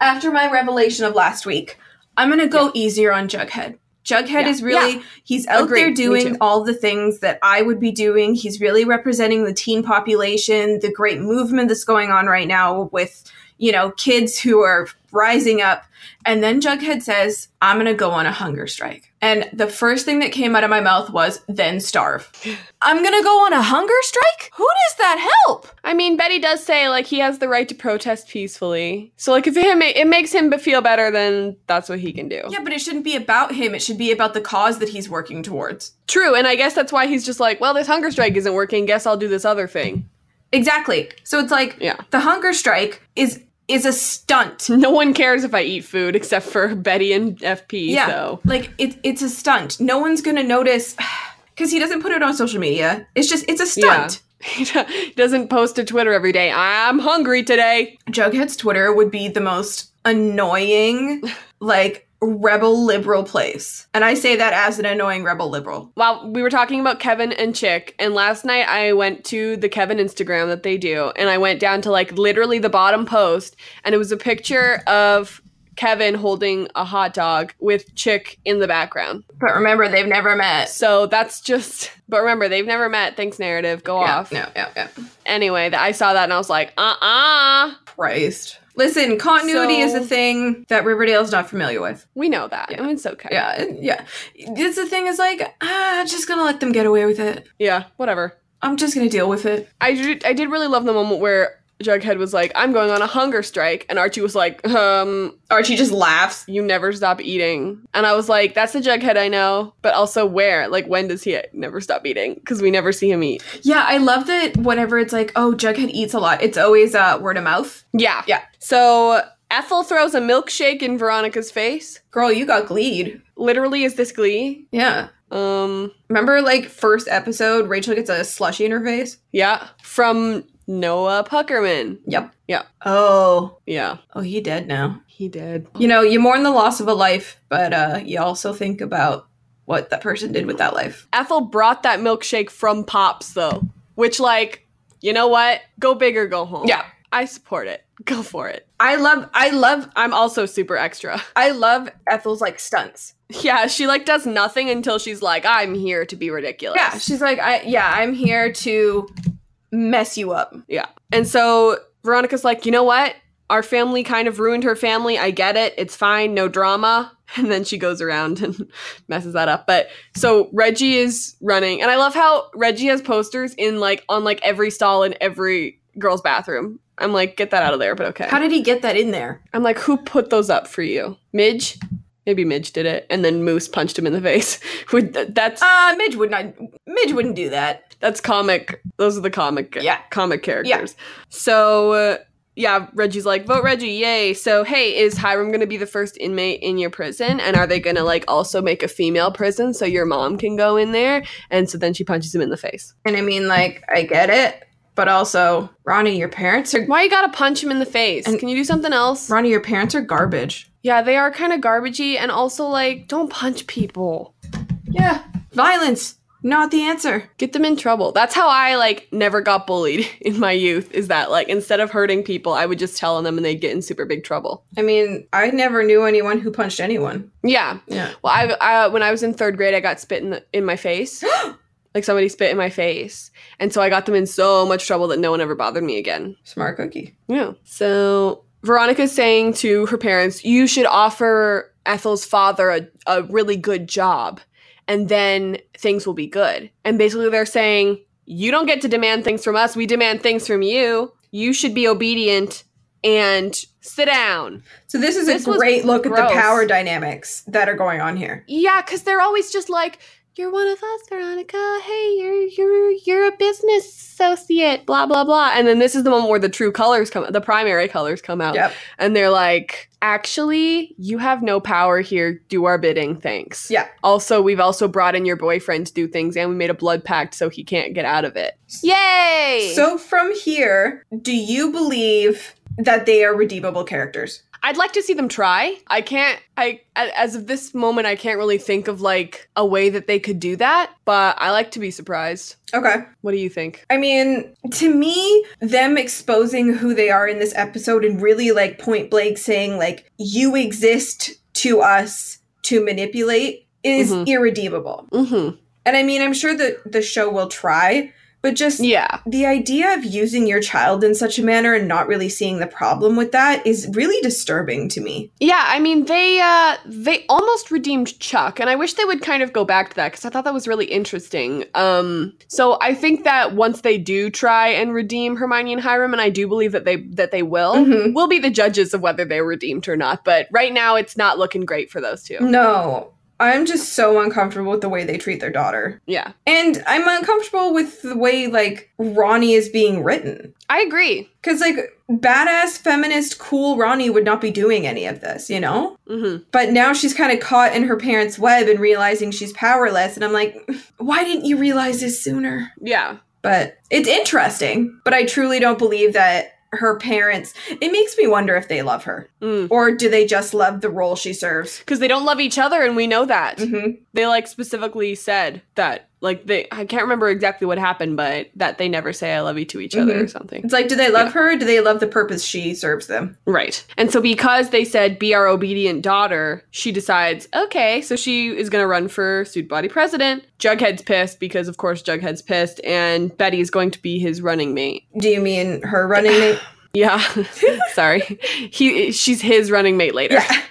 B: after my revelation of last week, I'm gonna go easier on Jughead. Jughead
A: Yeah.
B: is really he's out
A: Agreed.
B: there
A: Me
B: doing
A: too.
B: all the things that I would be doing. He's really representing the teen population, the great movement that's going on right now with, you know, kids who are rising up. And then Jughead says, I'm gonna go on a hunger strike. And the first thing that came out of my mouth was,
A: (laughs)
B: then starve. I'm gonna go on a hunger strike? Who does that help?
A: I mean, Betty does say like he has the right to protest peacefully. So like if him it, it makes him feel better, then that's what he can do.
B: Yeah, but it shouldn't be about him. It should be about the cause that he's working towards.
A: True, and I guess that's why he's just like, well, this hunger strike isn't working. Guess I'll do this other thing. (laughs)
B: Exactly. So it's like
A: Yeah.
B: the hunger strike is is a stunt.
A: No one cares if I eat food except for Betty and FP.
B: Yeah.
A: So
B: Like it, it's a stunt. No one's gonna notice (sighs) because he doesn't put it on social media. It's just it's a stunt.
A: (laughs) He do- doesn't post to Twitter every day. I'm hungry today.
B: (laughs) Jughead's Twitter would be the most annoying, like rebel liberal place. And I say that as an annoying rebel liberal.
A: While we were talking about Kevin and Chick, and last night I went to the Kevin Instagram that they do, and I went down to like literally the bottom post, and it was a picture of Kevin holding a hot dog with Chick in the background.
B: But remember, they've never met.
A: So that's just, but remember, they've never met. Thanks, narrative. Go
B: Yeah,
A: off.
B: no, yeah, yeah.
A: Anyway, th- I saw that and I was like, uh uh
B: Christ. Listen, continuity
A: So-
B: is a thing that Riverdale's not familiar with.
A: We know that.
B: Yeah.
A: I mean, it's okay.
B: Yeah, it- yeah. It's the thing is like, ah, just gonna let them get away with it.
A: Yeah, whatever.
B: I'm just gonna deal with it.
A: I did, I did really love the moment where Jughead was like, I'm going on a hunger strike. And Archie was like, um,
B: Archie just laughs.
A: you never stop eating. And I was like, that's the Jughead I know, but also where? Like, when does he never stop eating? Because we never see him eat.
B: Yeah, I love that whenever it's like, oh, Jughead eats a lot, it's always uh, word of mouth.
A: Yeah.
B: Yeah.
A: So Ethel throws a milkshake in Veronica's face.
B: Girl, you got gleed.
A: Literally, is this glee?
B: Yeah.
A: Um,
B: Remember, like, first episode, Rachel gets a slushy in her face?
A: yeah. From Noah Puckerman.
B: Yep.
A: Yeah.
B: Oh.
A: Yeah.
B: Oh, he dead now.
A: He did.
B: You know, you mourn the loss of a life, but uh, you also think about what that person did with that life.
A: Ethel brought that milkshake from Pops, though, which, like, you know what? Go big or go home.
B: Yeah.
A: I support it. (laughs) Go for it.
B: I love, I love,
A: I'm also super extra. (laughs)
B: I love Ethel's like stunts.
A: Yeah, she like does nothing until she's like, I'm here to be ridiculous.
B: Yeah, she's like, I yeah, I'm here to mess you up.
A: And so Veronica's like, you know what? Our family kind of ruined her family. I get it. It's fine. No drama. (laughs) And then she goes around and (laughs) messes that up. But so Reggie is running. And I love how Reggie has posters in like on like every stall in every girl's bathroom. I'm like, get that out of there, but okay.
B: How did he get that in there?
A: I'm like, who put those up for you? Midge? Maybe Midge did it. And then Moose punched him in the (laughs) face. Would- That's
B: Uh, Midge would not. Midge wouldn't do that.
A: that's comic. Those are the comic
B: Yeah.
A: comic characters. So uh, yeah, Reggie's like, vote Reggie, yay! So hey, is Hiram gonna be the first inmate in your prison? And are they gonna like also make a female prison so your mom can go in there? And so then she punches him in the face.
B: And I mean, like, I get it, but also, Ronnie, your parents are
A: Why you gotta punch him in the face?
B: And-
A: can you do something else?
B: Ronnie, your parents are garbage.
A: Yeah, they are kind of garbagey, and also like, don't punch people.
B: Yeah, violence not the answer.
A: Get them in trouble. That's how I like never got bullied (laughs) in my youth. Is that like instead of hurting people, I would just tell on them and they'd get in super big trouble.
B: I mean, I never knew anyone who punched anyone.
A: Yeah.
B: Yeah.
A: Well, I, I when I was in third grade, I got spit in the, in my face. like somebody spit in my face, and so I got them in so much trouble that no one ever bothered me again.
B: Smart cookie.
A: Yeah. So Veronica's saying to her parents, "You should offer Ethel's father a, a really good job, and then things will be good." And basically, they're saying, "You don't get to demand things from us. We demand things from you. You should be obedient and sit down."
B: So this is
A: This
B: a
A: was
B: great look at
A: gross.
B: the power dynamics that are going on here.
A: Yeah, because they're always just like, "You're one of us, Veronica. Hey, you're you're you're a business associate." Blah blah blah. And then this is the moment where the true colors come, the primary colors come out,
B: Yep.
A: and they're like, "Actually, you have no power here. Do our bidding, thanks."
B: Yeah.
A: Also, we've also brought in your boyfriend to do things, and we made a blood pact so he can't get out of it. Yay!
B: So from here, do you believe that they are redeemable characters?
A: I'd like to see them try. I can't. I a- as of this moment, I can't really think of like a way that they could do that. But I like to be surprised.
B: Okay.
A: What do you think?
B: I mean, to me, them exposing who they are in this episode and really like point blank saying like you exist to us to manipulate is
A: Mhm.
B: irredeemable.
A: Mm-hmm.
B: And I mean, I'm sure that the show will try, but just
A: Yeah.
B: the idea of using your child in such a manner and not really seeing the problem with that is really disturbing to me.
A: Yeah, I mean they uh they almost redeemed Chuck and I wish they would kind of go back to that cuz I thought that was really interesting. Um so I think that once they do try and redeem Hermione and Hiram and I do believe that they that they will,
B: Mhm.
A: we'll be the judges of whether they were redeemed or not, but right now it's not looking great for those two.
B: No, I'm just so uncomfortable with the way they treat their daughter.
A: Yeah.
B: And I'm uncomfortable with the way like Ronnie is being written.
A: I agree.
B: Cuz like badass feminist cool Ronnie would not be doing any of this, you know?
A: Mhm.
B: But now she's kind of caught in her parents' web and realizing she's powerless and I'm like, "Mm, why didn't you realize this sooner?
A: Yeah.
B: But it's interesting, but I truly don't believe that her parents. It makes me wonder if they love her
A: Mm.
B: or do they just love the role she serves.
A: Because they don't love each other, and we know that.
B: hmm
A: They like specifically said that, like they. I can't remember exactly what happened, but that they never say "I love you" to each other or something.
B: It's like, do they love her? Or do they love the purpose she serves them?
A: Right. And so because they said be our obedient daughter, she decides, okay, so she is going to run for student body president. Jughead's pissed because of course Jughead's pissed and Betty is going to be his running mate.
B: Do you mean her running mate?
A: Yeah. (laughs) Sorry. He she's his running mate later.
B: yeah.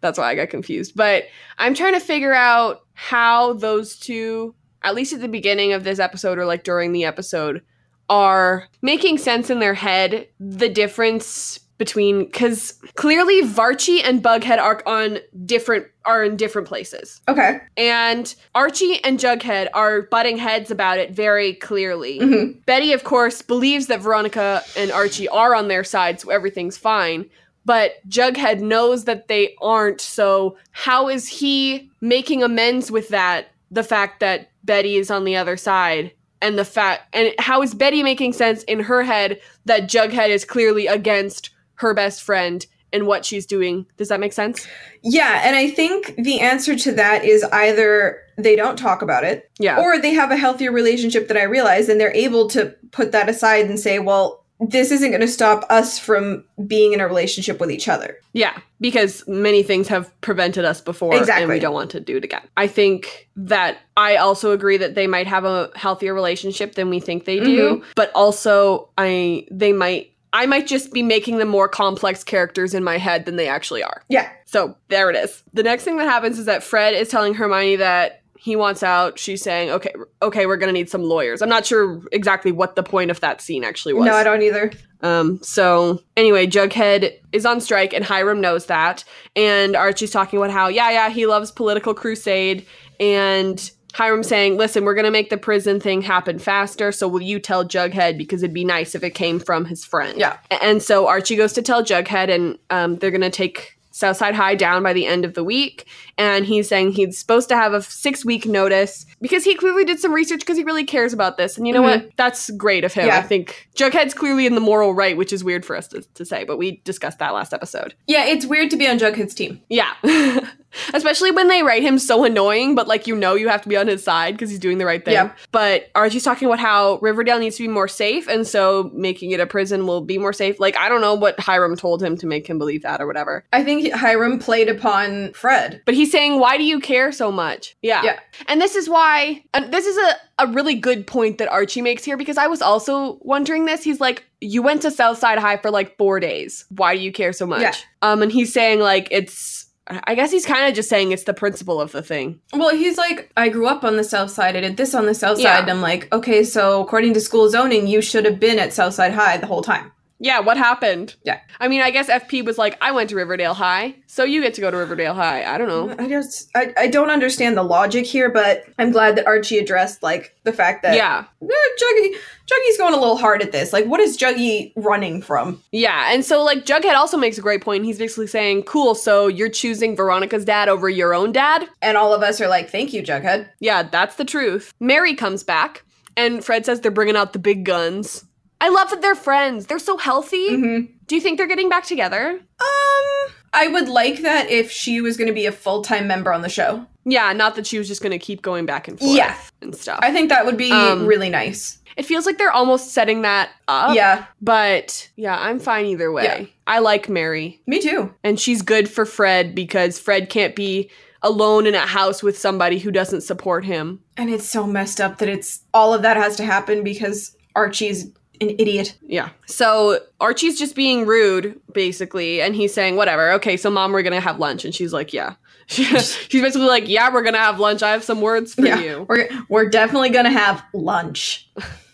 A: That's why I got confused. But I'm trying to figure out how those two, at least at the beginning of this episode or like during the episode, are making sense in their head the difference between because clearly Varchi and Bughead are on different are in different places.
B: Okay.
A: And Archie and Jughead are butting heads about it very clearly.
B: hmm
A: Betty, of course, believes that Veronica and Archie are on their side, so everything's fine. But Jughead knows that they aren't, so how is he making amends with that? The fact that Betty is on the other side, and the fact, and how is Betty making sense in her head that Jughead is clearly against her best friend and what she's doing? Does that make sense?
B: Yeah. And I think the answer to that is either they don't talk about it
A: Yeah.
B: or they have a healthier relationship than I realize, and they're able to put that aside and say, well, this isn't going to stop us from being in a relationship with each other.
A: Yeah, because many things have prevented us before, and we
B: Exactly.
A: don't want to do it again. I think that I also agree that they might have a healthier relationship than we think they do,
B: Mm-hmm.
A: but also I they might I might just be making them more complex characters in my head than they actually are.
B: Yeah.
A: So there it is. The next thing that happens is that Fred is telling Hermione that he wants out. She's saying, "Okay, okay, we're gonna need some lawyers." I'm not sure exactly what the point of that scene actually was.
B: No, I don't either.
A: Um, so anyway, Jughead is on strike and Hiram knows that. And Archie's talking about how, yeah, yeah, he loves political crusade. And Hiram saying, listen, we're going to make the prison thing happen faster. So will you tell Jughead? Because it'd be nice if it came from his friend.
B: Yeah.
A: A- And so Archie goes to tell Jughead and um, they're going to take Southside High down by the end of the week. And he's saying he's supposed to have a six week notice because he clearly did some research because he really cares about this. And you know what? That's great of him. I
B: Yeah.
A: think Jughead's clearly in the moral right, which is weird for us to, to say, but we discussed that last episode.
B: Yeah, it's weird to be on Jughead's team.
A: Yeah. (laughs) Especially when they write him so annoying, but like you know you have to be on his side because he's doing the right thing.
B: Yeah.
A: But Archie's talking about how Riverdale needs to be more safe, and so making it a prison will be more safe. Like I don't know what Hiram told him to make him believe that or whatever.
B: I think Hiram played upon Fred.
A: But he's saying, why do you care so much? Yeah.
B: Yeah.
A: And this is why, and this is a, a really good point that Archie makes here because I was also wondering this. He's like, you went to Southside High for like four days. Why do you care so much?
B: Yeah.
A: Um, and he's saying, like, it's, I guess he's kind of just saying it's the principle of the thing.
B: Well, he's like, I grew up on the South Side. I did this on the South Side.
A: Yeah.
B: And I'm like, okay, so according to school zoning, you should have been at Southside High the whole time.
A: Yeah, what happened?
B: Yeah.
A: I mean, I guess FP was like, I went to Riverdale High, so you get to go to Riverdale High. I don't know.
B: I just, I, I don't understand the logic here, but I'm glad that Archie addressed like the fact (laughs) that
A: yeah.
B: eh, Juggy, Juggy's going a little hard at this. Like, what is Juggy running from?
A: Yeah, and so like Jughead also makes a great point. He's basically saying, "Cool, so you're choosing Veronica's dad over your own dad."
B: And all of us are like, thank you, Jughead.
A: Yeah, that's the truth. Mary comes back, and Fred says they're bringing out the big guns. I love that they're friends. They're so healthy.
B: Mm-hmm.
A: Do you think they're getting back together?
B: Um, I would like that if she was going to be a full time member on the show.
A: Yeah, not that she was just going to keep going back and forth
B: Yeah.
A: and stuff.
B: I think that would be
A: Um, oh.
B: really nice.
A: it feels like they're almost setting that up.
B: yeah,
A: But yeah, I'm fine either way.
B: Yeah.
A: I like Mary.
B: me too.
A: And she's good for Fred because Fred can't be alone in a house with somebody who doesn't support him.
B: And it's so messed up that it's all of that has to happen because Archie's an idiot.
A: Yeah. So Archie's just being rude, basically, and he's saying, whatever, okay, so mom, we're gonna have lunch. And she's like, yeah. (laughs) she's basically like, yeah, we're gonna have lunch. I have some words for you.
B: We're we're definitely gonna have lunch.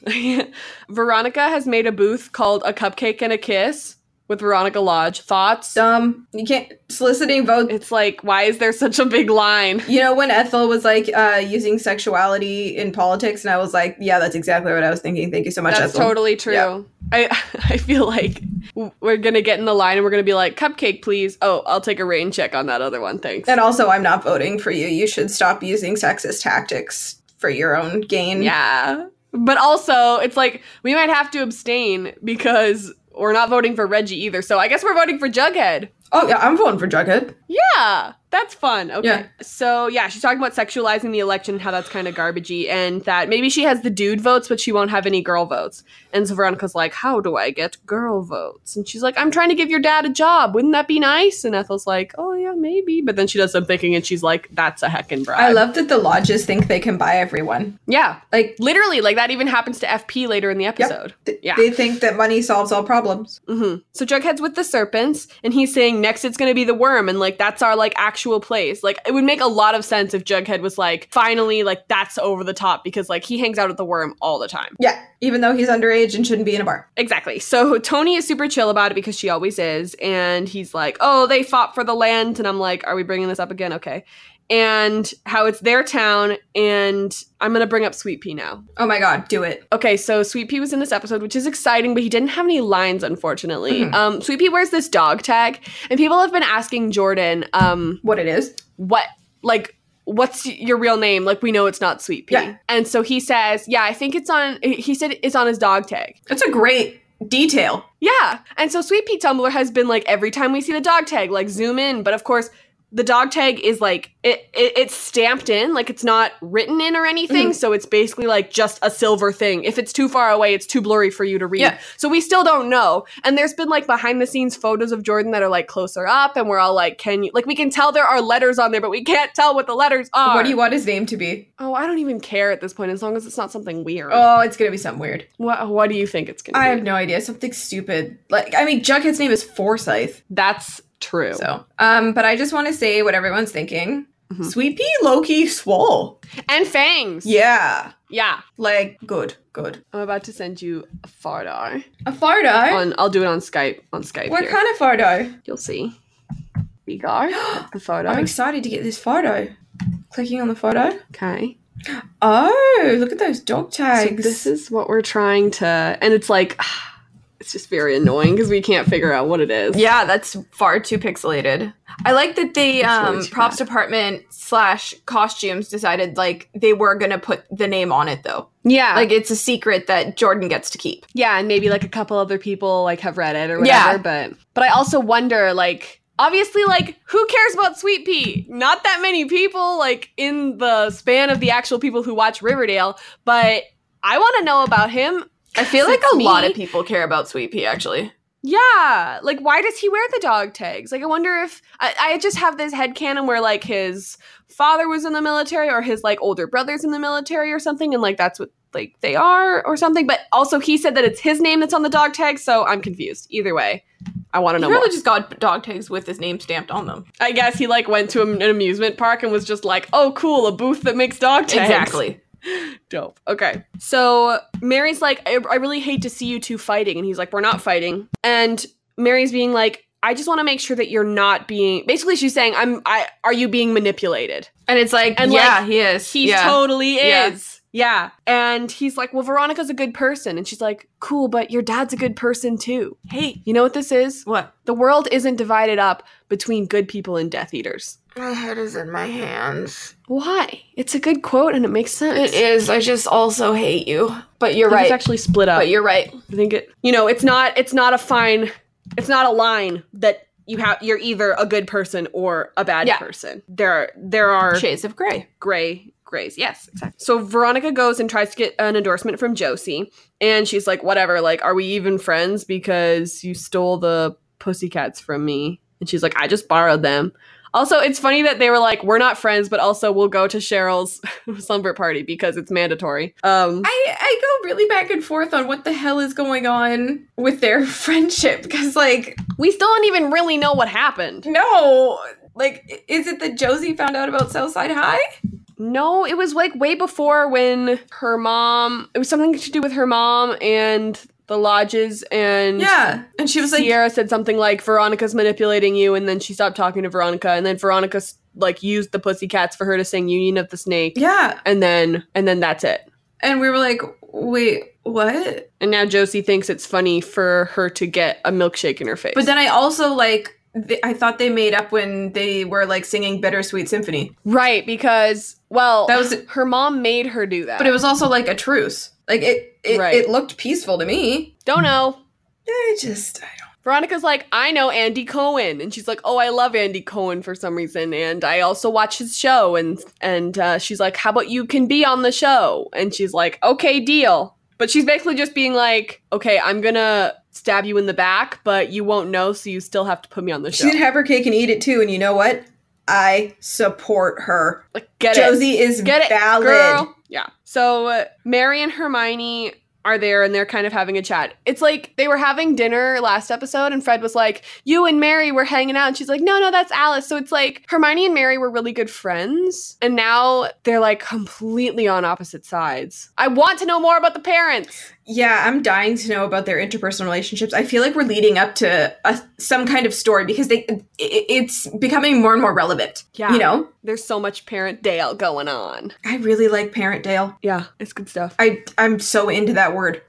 A: (laughs) Veronica has made a booth called A Cupcake and a Kiss with Veronica Lodge. Thoughts?
B: Dumb. You can't soliciting votes.
A: It's like, why is there such a big line?
B: You know when Ethel was like uh, using sexuality in politics, and I was like, yeah, that's exactly what I was thinking. Thank you so much,
A: That's
B: Ethel.
A: totally true.
B: Yeah.
A: I (laughs) I feel like w- we're gonna get in the line and we're gonna be like, cupcake, please. Oh, I'll take a rain check on that other one, thanks.
B: and also, I'm not voting for you. You should stop using sexist tactics for
A: (laughs)
B: your own gain.
A: Yeah. But also, it's like we might have to abstain because We're not voting for Reggie either, so I guess we're voting for Jughead.
B: Oh yeah, I'm voting for Jughead.
A: Yeah, that's fun. Okay.
B: Yeah.
A: So, yeah, she's talking about sexualizing the election, how that's kind of garbagey, and that maybe she has the dude votes, but she won't have any girl votes. And so Veronica's like, How do I get girl votes? And she's like, I'm trying to give your dad a job. Wouldn't that be nice? And Ethel's like, Oh, yeah, maybe. But then she does some thinking and she's like, That's a heckin' bribe.
B: I love that the lodges think they can buy everyone.
A: Yeah,
B: Like
A: literally, like that even happens to FP later in the episode.
B: th-
A: Yeah.
B: they think that money solves all problems.
A: hmm So Jughead's with the serpents, and he's saying next it's gonna be the worm, and like that's our like actual place. Like it would make a lot of sense if Jughead was like finally like that's over the top because like he hangs out at the worm all the time.
B: Yeah, even though he's underage and shouldn't be in a bar.
A: Exactly. So Tony is super chill about it because she always is, and he's like, "Oh, they fought for the land," and I'm like, "Are we bringing this up again?" Okay. And how it's their town, and I'm gonna bring up Sweet Pea now.
B: Oh my god, do it.
A: Okay, so Sweet Pea was in this episode, which is exciting, but he didn't have any lines, unfortunately.
B: Mhm.
A: Um, Sweet Pea wears this dog tag, and people have been asking Jordan, um,
B: What it is?
A: what, like, what's your real name? Like, we know it's not Sweet Pea.
B: Yeah.
A: And so he says, yeah, I think it's on, he said it's on his dog tag.
B: That's a great detail.
A: Yeah. And so Sweet Pea Tumblr has been like every time we see the dog tag, like zoom in. But of course, the dog tag is like it, it it's stamped in, like it's not written in or anything.
B: Mm-hmm.
A: So it's basically like just a silver thing. If it's too far away, it's too blurry for you to read.
B: Yeah.
A: So we still don't know. And there's been like behind the scenes photos of Jordan that are like closer up, and we're all like, can you like we can tell there are letters on there, but we can't tell what the letters are.
B: What do you want his name to be?
A: Oh, I don't even care at this point, as long as it's not something weird.
B: Oh, it's gonna be something weird.
A: what what do you think it's gonna
B: I
A: be?
B: have no idea. Something stupid. Like I mean, Jughead's name is Forsyth.
A: That's true.
B: So, um, but I just want to say what everyone's thinking.
A: Mhm.
B: Sweet pea, Loki, swole.
A: And fangs.
B: Yeah,
A: Yeah.
B: like good, good.
A: I'm about to send you a fardar.
B: A fardo.
A: On I'll do it on Skype. On Skype
B: What
A: here.
B: kind of (gasps) fardo?
A: You'll see. Bigar. That's the
B: I'm
A: fardar.
B: excited to get this fardo. Clicking on the photo.
A: Okay.
B: Oh, look at those dog
A: So
B: tags.
A: this is what we're trying to and it's like (sighs) it's just very annoying because we can't figure out what it is.
B: Yeah, that's far too pixelated. I like that the
A: It's
B: um,
A: really too
B: props department slash costumes decided like they were gonna put the name on it though.
A: Yeah.
B: Like it's a secret that Jordan gets to keep.
A: yeah, and maybe like a couple other people like have read it or whatever,
B: Yeah.
A: but but I also wonder like obviously like who cares about Sweet Pea? Not that many people like in the span of the actual people who watch Riverdale, but I want to know about him.
B: I feel like
A: It's
B: a lot of
A: me.
B: people care about Sweet Pea actually.
A: Yeah. Like, why does he wear the dog tags? Like, I wonder if I, I just have this headcanon where, like, his father was in the military or his, like, older brother's in the military or something. And, like, that's what, like, they are or something. But also, he said that it's his name that's on the dog tag. So I'm confused. Either way, I want to
B: He
A: know
B: probably
A: more.
B: just got dog tags with his name stamped on them.
A: I guess he, like, went to an amusement park and was just like, oh, cool, a booth that makes dog tags.
B: Exactly.
A: Dope. Okay. So Mary's like, I, I really hate to see you two fighting. And he's like, We're not fighting. And Mary's being like, I just want to make sure that you're not being basically she's saying, I'm I are you being manipulated?
B: And it's like,
A: And,
B: yeah,
A: like,
B: he is.
A: He
B: yeah.
A: totally
B: Yeah.
A: is. Yeah. And he's like, Well, Veronica's a good person. And she's like, Cool, but your dad's a good person too.
B: hey,
A: You know what this is?
B: what?
A: The world isn't divided up between good people and Death Eaters.
B: My head is in my hands.
A: Why? It's a good quote and it makes sense.
B: It is. I just also hate you. But
A: I
B: you're
A: think It's
B: right.
A: actually split up.
B: But you're right.
A: I think it you know, it's not it's not a fine it's not a line that you have you're either a good person or a bad
B: Yeah.
A: person. There there are
B: Shades of gray.
A: gray grays. Yes, exactly. So Veronica goes and tries to get an endorsement from Josie and she's like whatever, like are we even friends because you stole the pussycats from me? And she's like I just borrowed them. Also, it's funny that they were like we're not friends but also we'll go to Cheryl's (laughs) slumber party because it's mandatory. Um
B: I, I go really back and forth on what the hell is going on with their (laughs) friendship because like
A: we still don't even really know what happened.
B: no like i- is it that Josie found out about Southside High?
A: No, it was like way before when her mom. It was something to do with her mom and the lodges and.
B: Yeah, and she was like,
A: Sierra said something like Veronica's manipulating you, and then she stopped talking to Veronica, and then Veronica s- like used the pussycats for her to sing Union of the Snake,
B: yeah,
A: and then and then that's it.
B: and we were like, wait, what?
A: And now Josie thinks it's funny for her to get a milkshake in her face.
B: But then I also like th- I thought they made up when they were like singing Bittersweet Symphony,
A: right because well,
B: That was-
A: her mom made her do that.
B: but it was also like a truce. Like it it,
A: Right.
B: it looked peaceful to me.
A: don't know.
B: I just, I don't.
A: Veronica's like, I know Andy Cohen, and she's like, Oh, I love Andy Cohen for some reason, and I also watch his show, and and uh, she's like, How about you can be on the show? And she's like, Okay, deal. But she's basically just being like, Okay, I'm gonna stab you in the back, but you won't know, so you still have to put me on the
B: She
A: show.
B: can have her cake and eat it too, and you know what? I support her.
A: Like, get it.
B: Josie is
A: Get it,
B: valid.
A: girl. Yeah. So uh, Mary and Hermione are there and they're kind of having a chat. It's like they were having dinner last episode and Fred was like, "You and Mary were hanging out." And she's like, "No, no, that's Alice." So it's like Hermione and Mary were really good friends and now they're like completely on opposite sides. I want to know more about the parents.
B: Yeah, I'm dying to know about their interpersonal relationships. I feel like we're leading up to a, some kind of story because they it, it's becoming more and more relevant.
A: Yeah.
B: You know,
A: There's so much parent Dale going on.
B: I really like Parent Dale.
A: Yeah, it's good stuff. (laughs)
B: I I'm so into that word.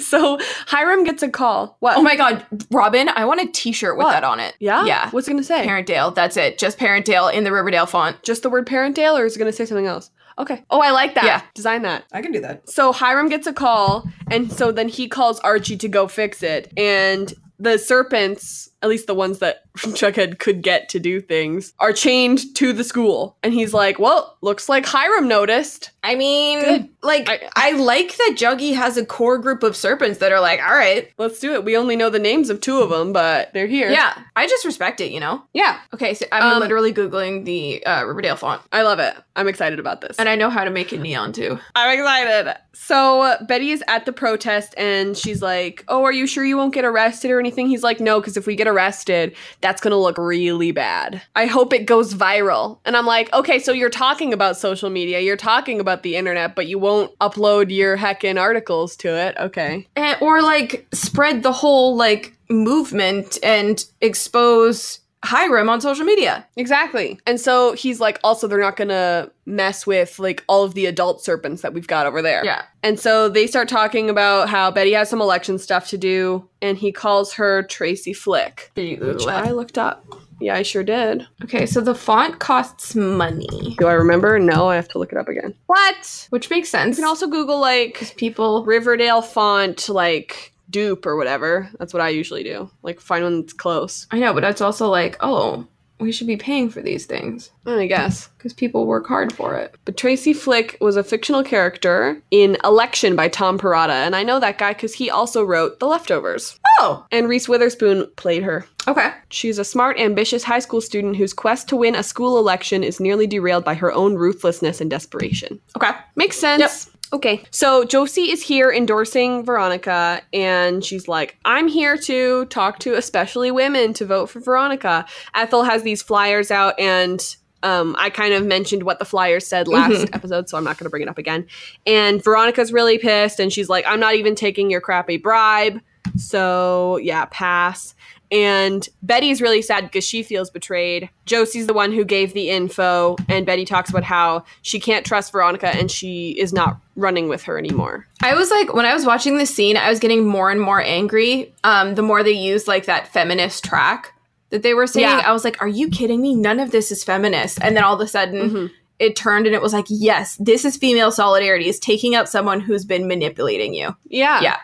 A: so Hiram gets a call. What?
B: Oh my god, Robin, I want a t-shirt with
A: What?
B: that on it.
A: yeah?
B: Yeah.
A: What's it going to say?
B: Parent Dale, that's it. Just Parent Dale in the Riverdale font.
A: just the word parentdale or is it going to say something else? Okay. Oh, I like that.
B: Yeah.
A: Design that.
B: I can do that.
A: So Hiram gets a call, and so then he calls Archie to go fix it. And the serpents, at least the ones that (laughs) Jughead could get to do things, are chained to the school. And he's like, well, looks like Hiram noticed.
B: I mean,
A: Good.
B: like
A: I-
B: I, like that Juggy has a core group of serpents that are like, "All right,
A: Let's do it. We only know the names of two of them, but they're here.
B: yeah, I just respect it," you know?
A: Yeah.
B: Okay, so I'm
A: Um,
B: literally googling the uh, Riverdale font.
A: I love it. I'm excited about this.
B: And I know how to make it neon too.
A: I'm excited. So uh, Betty is at the protest and she's like, "Oh, are you sure you won't get arrested or anything?" He's like, "No, because if we get arrested, that's gonna look really bad. I hope it goes viral." And I'm like, "Okay, so you're talking about social media, you're talking about the internet, but you won't upload your heckin' articles to it, okay?"
B: And, Eh, or like spread the whole like movement and expose Hiram on social media.
A: Exactly. And so he's like, "Also, they're not gonna mess with like all of the adult serpents that we've got over there."
B: Yeah.
A: And so they start talking about how Betty has some election stuff to do, and he calls her Tracy Flick, which I looked up. Yeah, I sure did.
B: Okay, so the font costs money,
A: Do I remember? No, I have to look it up again. What?
B: which makes sense.
A: You can also Google like
B: people
A: Riverdale font, like dupe or whatever. That's what I usually do. Like find one that's close.
B: I know, but that's also like, oh, we should be paying for these things
A: I guess.
B: because people work hard for it.
A: But Tracy Flick was a fictional character in Election by Tom Parada, and I know that guy because he also wrote The Leftovers.
B: Oh,
A: And Reese Witherspoon played her.
B: okay.
A: She's a smart, ambitious high school student whose quest to win a school election is nearly derailed by her own ruthlessness and desperation.
B: Okay.
A: Makes sense. Okay. So Josie is here endorsing Veronica, and she's like, I'm here to talk to especially women to vote for Veronica. Ethel has these flyers out, and um, I kind of mentioned what the flyers said
B: Mm-hmm.
A: last episode, so I'm not going to bring it up again. And Veronica's really pissed, and she's like, I'm not even taking your crappy bribe. So, yeah, pass. And Betty's really sad because she feels betrayed. Josie's the one who gave the info, and Betty talks about how she can't trust Veronica and she is not running with her anymore.
B: I was like, when I was watching this scene, I was getting more and more angry. Um, the more they used like that feminist track that they were saying,
A: Yeah.
B: I was like, are you kidding me? None of this is feminist. And then all of a sudden, it turned and it was like, yes, this is female solidarity is taking out someone who's been manipulating you.
A: Yeah.
B: Yeah.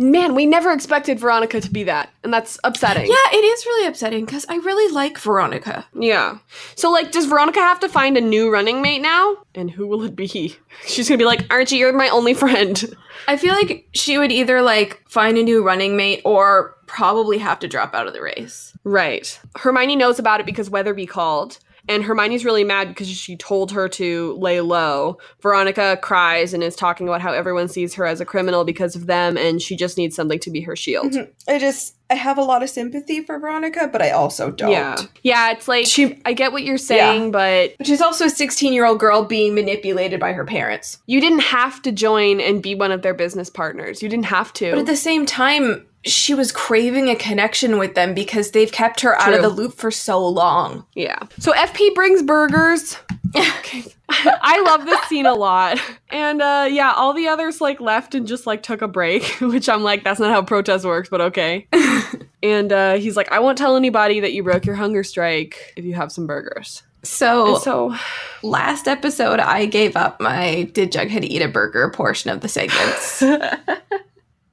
A: Man, we never expected Veronica to be that, and that's upsetting.
B: Yeah, it is really upsetting because I really like Veronica.
A: Yeah. So, like, does Veronica have to find a new running mate now? And who will it be? (laughs) She's going to be like, Archie, you're my only friend. (laughs)
B: I feel like she would either like find a new running mate or probably have to drop out of the race.
A: Right. Hermione knows about it because Weatherby called, and Hermione's really mad because she told her to lay low. Veronica cries and is talking about how everyone sees her as a criminal because of them, and she just needs something to be her shield.
B: I just I have a lot of sympathy for Veronica, but I also don't.
A: Yeah. Yeah, it's like
B: She-
A: I get what you're saying, but
B: But she's also a 16 year old girl being manipulated by her parents.
A: you didn't have to join and be one of their business partners. You didn't have to.
B: But at the same time, she was craving a connection with them because they've kept her out of
A: True.
B: the loop for so long.
A: Yeah. So FP brings burgers. (laughs) I love this scene a lot. And uh yeah, all the others like left and just like took a break, (laughs) which I'm like, that's not how protest works, but (laughs) okay. and uh he's like, I won't tell anybody that you broke your hunger strike if you have some burgers.
B: So,
A: And so (laughs)
B: last episode,
A: (laughs)
B: I gave up my Did Jughead Eat a Burger portion of the segments.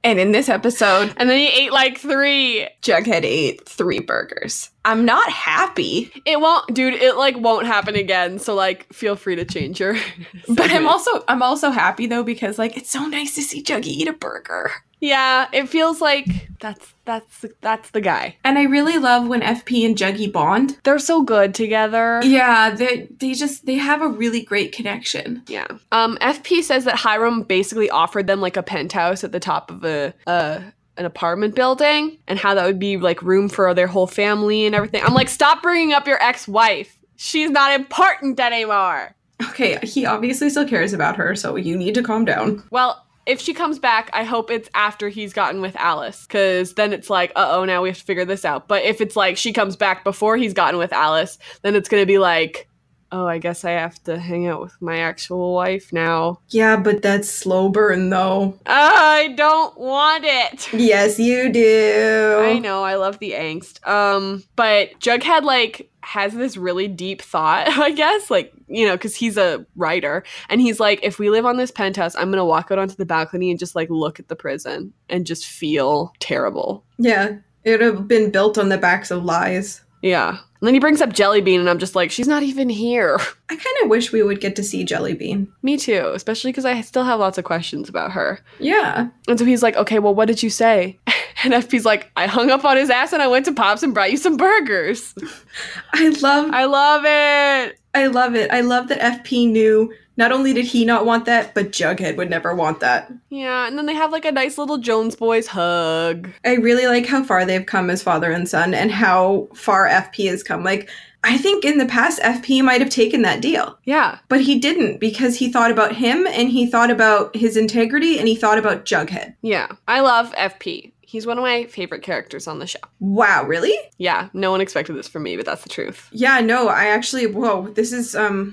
B: And in this episode,
A: And then he ate like three.
B: Jughead ate three burgers. I'm not happy,
A: It won't, dude. It like won't happen again. So like, feel free to change your. (laughs)
B: but I'm
A: segment.
B: also I'm also happy though because like it's so nice to see Juggy eat a burger.
A: Yeah, it feels like that's that's that's the guy.
B: And I really love when FP and Juggy bond.
A: They're so good together.
B: Yeah, they they just they have a really great connection.
A: Yeah. Um, FP says that Hiram basically offered them like a penthouse at the top of a uh an apartment building and how that would be like room for their whole family and everything. I'm like, stop bringing up your ex-wife. She's not important anymore.
B: Okay, he obviously still cares about her, so you need to calm down.
A: Well, if she comes back, I hope it's after he's gotten with Alice, because then it's like, uh oh, now we have to figure this out. But if it's like she comes back before he's gotten with Alice, then it's gonna be like, oh, I guess I have to hang out with my actual wife now. "Ah,
B: Yeah, but that's slow burn though.
A: I don't want it.
B: Yes, you do.
A: I know, I love the angst. Um, but Jughead like has this really deep thought, (laughs) I guess, like, you know, cuz he's a writer and he's like if we live on this penthouse, I'm going to walk out onto the balcony and just like look at the prison and just feel terrible.
B: Yeah, it would have been built on the backs of lies.
A: Yeah. And then he brings up Jellybean and I'm just like she's not even here. (laughs)
B: I kind of wish we would get to see Jellybean.
A: Me too, especially cuz I still have lots of questions about her.
B: Yeah.
A: And so he's like, "Okay, well what did you say?" (laughs) And FP's like, "I hung up on his ass and I went to Pops and brought you some burgers." (laughs)
B: I love
A: I love it.
B: I love it. I love that FP knew not only did he not want that, but Jughead would never want that.
A: Yeah, and then they have like a nice little Jones Boys hug.
B: I really like how far they've come as father and son and how far FP has come. Like, I think in the past, FP might have taken that deal,
A: Yeah.
B: but he didn't because he thought about him and he thought about his integrity and he thought about Jughead.
A: Yeah. I love FP. He's one of my favorite characters on the show.
B: Wow, really?
A: Yeah, no one expected this from me, but that's the truth. (sighs)
B: Yeah, no, I actually, whoa, this is, um,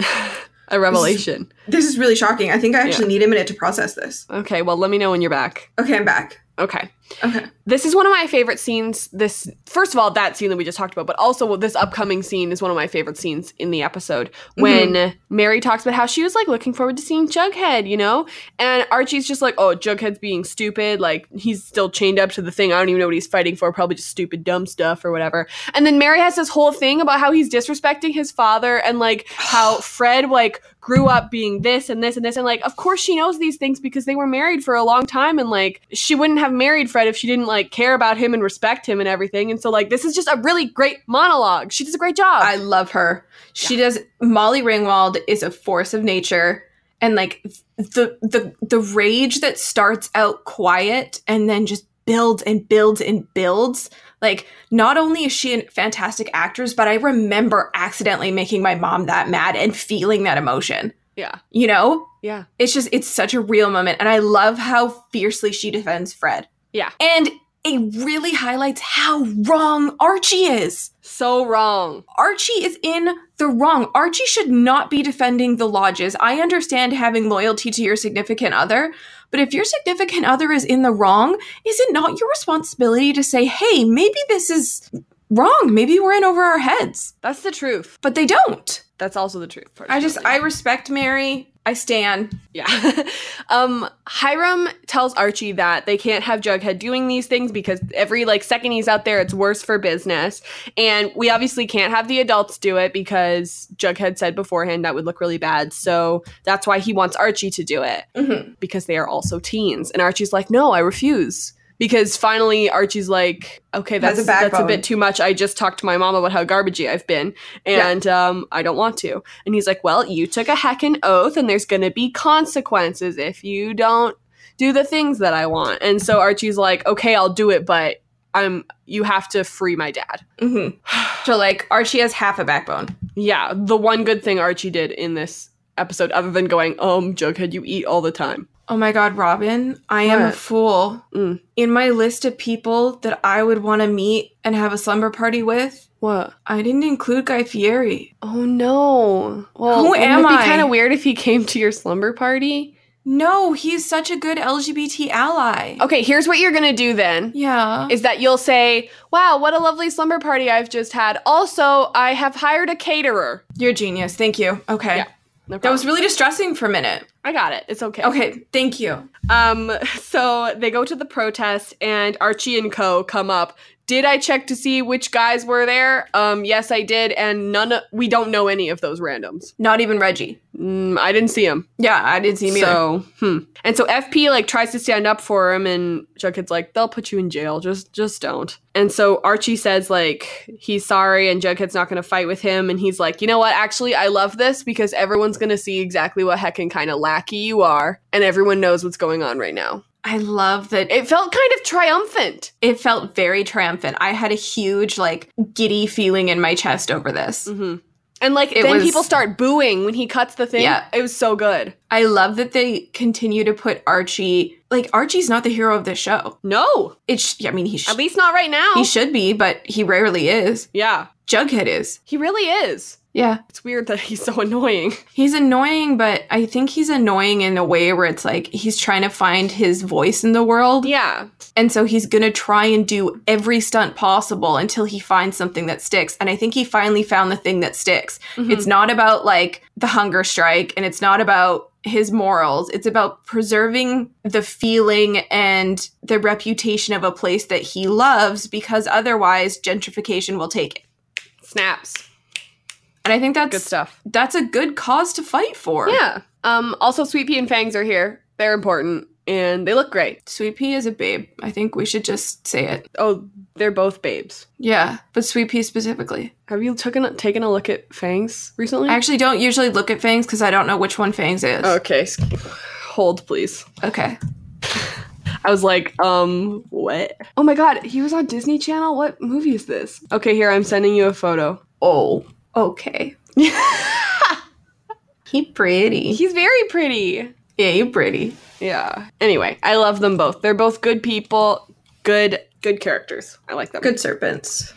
A: A revelation.
B: this is really shocking. I think I actually need a minute to process this.
A: Okay, well, let me know when you're back.
B: Okay, I'm back.
A: Okay.
B: Okay.
A: This is one of my favorite scenes. This, first of all, that scene that we just talked about, but also well, this upcoming scene is one of my favorite scenes in the episode when Mary talks about how she was like looking forward to seeing Jughead, you know? And Archie's just like, oh, Jughead's being stupid. Like, he's still chained up to the thing. I don't even know what he's fighting for. Probably just stupid, dumb stuff or whatever. And then Mary has this whole thing about how he's disrespecting his father and like how Fred, like, grew up being this and this and this. And like, of course she knows these things because they were married for a long time. And like, she wouldn't have married Fred if she didn't like care about him and respect him and everything. And so, like, this is just a really great monologue. She does a great job.
B: I love her. She does. Molly Ringwald is a force of nature, and like the the the rage that starts out quiet and then just builds and builds and builds. Like not only is she a fantastic actress, but I remember accidentally making my mom that mad and feeling that emotion.
A: yeah.
B: You know,
A: Yeah.
B: it's just it's such a real moment, and I love how fiercely she defends Fred.
A: Yeah.
B: and it really highlights how wrong Archie is.
A: So wrong.
B: Archie is in the wrong. Archie should not be defending the lodges. I understand having loyalty to your significant other, but if your significant other is in the wrong, is it not your responsibility to say, hey, maybe this is wrong? Maybe we're in over our heads.
A: That's the truth.
B: But they don't.
A: That's also the truth.
B: I just,
A: personally.
B: I respect Mary. I stand.
A: Yeah. (laughs) um, Hiram tells Archie that they can't have Jughead doing these things because every like second he's out there, it's worse for business. And we obviously can't have the adults do it because Jughead said beforehand that would look really bad. So that's why he wants Archie to do it
B: Mm-hmm.
A: because they are also teens. And Archie's like, no, I refuse. Because finally, Archie's like, okay,
B: Has
A: that's
B: a
A: a, that's a
B: backbone.
A: bit too much. I just talked to my mom about how garbagey I've been, and um, I don't want to. And he's like, well, you took a heckin' oath, and there's gonna be consequences if you don't do the things that I want. And so Archie's like, okay, I'll do it, but I'm you have to free my dad.
B: Mm-hmm. (sighs) So, like, Archie has half a backbone.
A: Yeah, the one good thing Archie did in this episode, other than going, um, Jughead, you eat all the time.
B: Oh my God, Robin, I am a
A: What?
B: fool.
A: Mm.
B: In my list of people that I would want to meet and have a slumber party with,
A: What?
B: I didn't include Guy Fieri.
A: Oh no! Well,
B: Who
A: wouldn't
B: am
A: it
B: I?
A: be kind of weird if he came to your slumber party?
B: No, he's such a good LGBT ally.
A: Okay, here's what you're gonna do then:
B: Yeah.
A: is that you'll say, "Wow, what a lovely slumber party I've just had." Also, I have hired a caterer.
B: You're a genius. Thank you. Okay.
A: Yeah, No
B: That was
A: problem.
B: really distressing for a minute.
A: I got it. It's okay.
B: Okay, thank you.
A: Um, (laughs) so they go to the protest, and Archie and Co. come up. Did I check to see which guys were there? Um, yes, I did, and none. Of, we don't know any of those randoms.
B: Not even Reggie.
A: Mm, I didn't see him.
B: Yeah, I didn't see him either.
A: So, hmm. And so FP like tries to stand up for him, and Jughead's like, "They'll put you in jail. Just, just don't." And so Archie says like he's sorry, and Jughead's not going to fight with him, and he's like, "You know what? Actually, I love this because everyone's going to see exactly what heckin' kind of lackey you are, and everyone knows what's going on right now."
B: I love that it,
A: It felt kind of triumphant.
B: it felt very triumphant. I had a huge, like, giddy feeling in my chest over this.
A: Mm-hmm. And like
B: It
A: then
B: was-
A: people start booing when he cuts the thing.
B: Yeah.
A: it was so good.
B: I love that they continue to put Archie, like, Archie's not the hero of this show.
A: No,
B: It's, I mean, he, sh-
A: at least not right now.
B: he should be, but he rarely is.
A: yeah,
B: Jughead is.
A: he really is.
B: Yeah.
A: It's weird that he's so (laughs) annoying.
B: He's annoying, but I think he's annoying in a way where it's like he's trying to find his voice in the world.
A: Yeah,
B: And so he's going to try and do every stunt possible until he finds something that sticks. And I think he finally found the thing that sticks.
A: Mm-hmm.
B: It's not about like the hunger strike and it's not about his morals. It's about preserving the feeling and the reputation of a place that he loves because otherwise gentrification will take it.
A: snaps.
B: And I think that's
A: Good stuff.
B: that's a good cause to fight for.
A: Yeah. Um. Also, Sweet Pea and Fangs are here. They're important and they look great.
B: Sweet Pea is a babe. I think we should just say it.
A: Oh, they're both babes.
B: Yeah, but Sweet Pea specifically.
A: Have you taken a, taken a look at Fangs recently?
B: I actually don't usually look at fangs because I don't know which one fangs is.
A: okay. sk- Hold, please.
B: Okay.
A: I was like, um, what? Oh my god, he was on Disney Channel? What movie is this? Okay, here, I'm sending you a photo.
B: Oh. (laughs) Okay. He pretty.
A: He's very pretty.
B: Yeah, you pretty.
A: Yeah. Anyway, I love them both. They're both good people, good good characters. I like them.
B: Good serpents.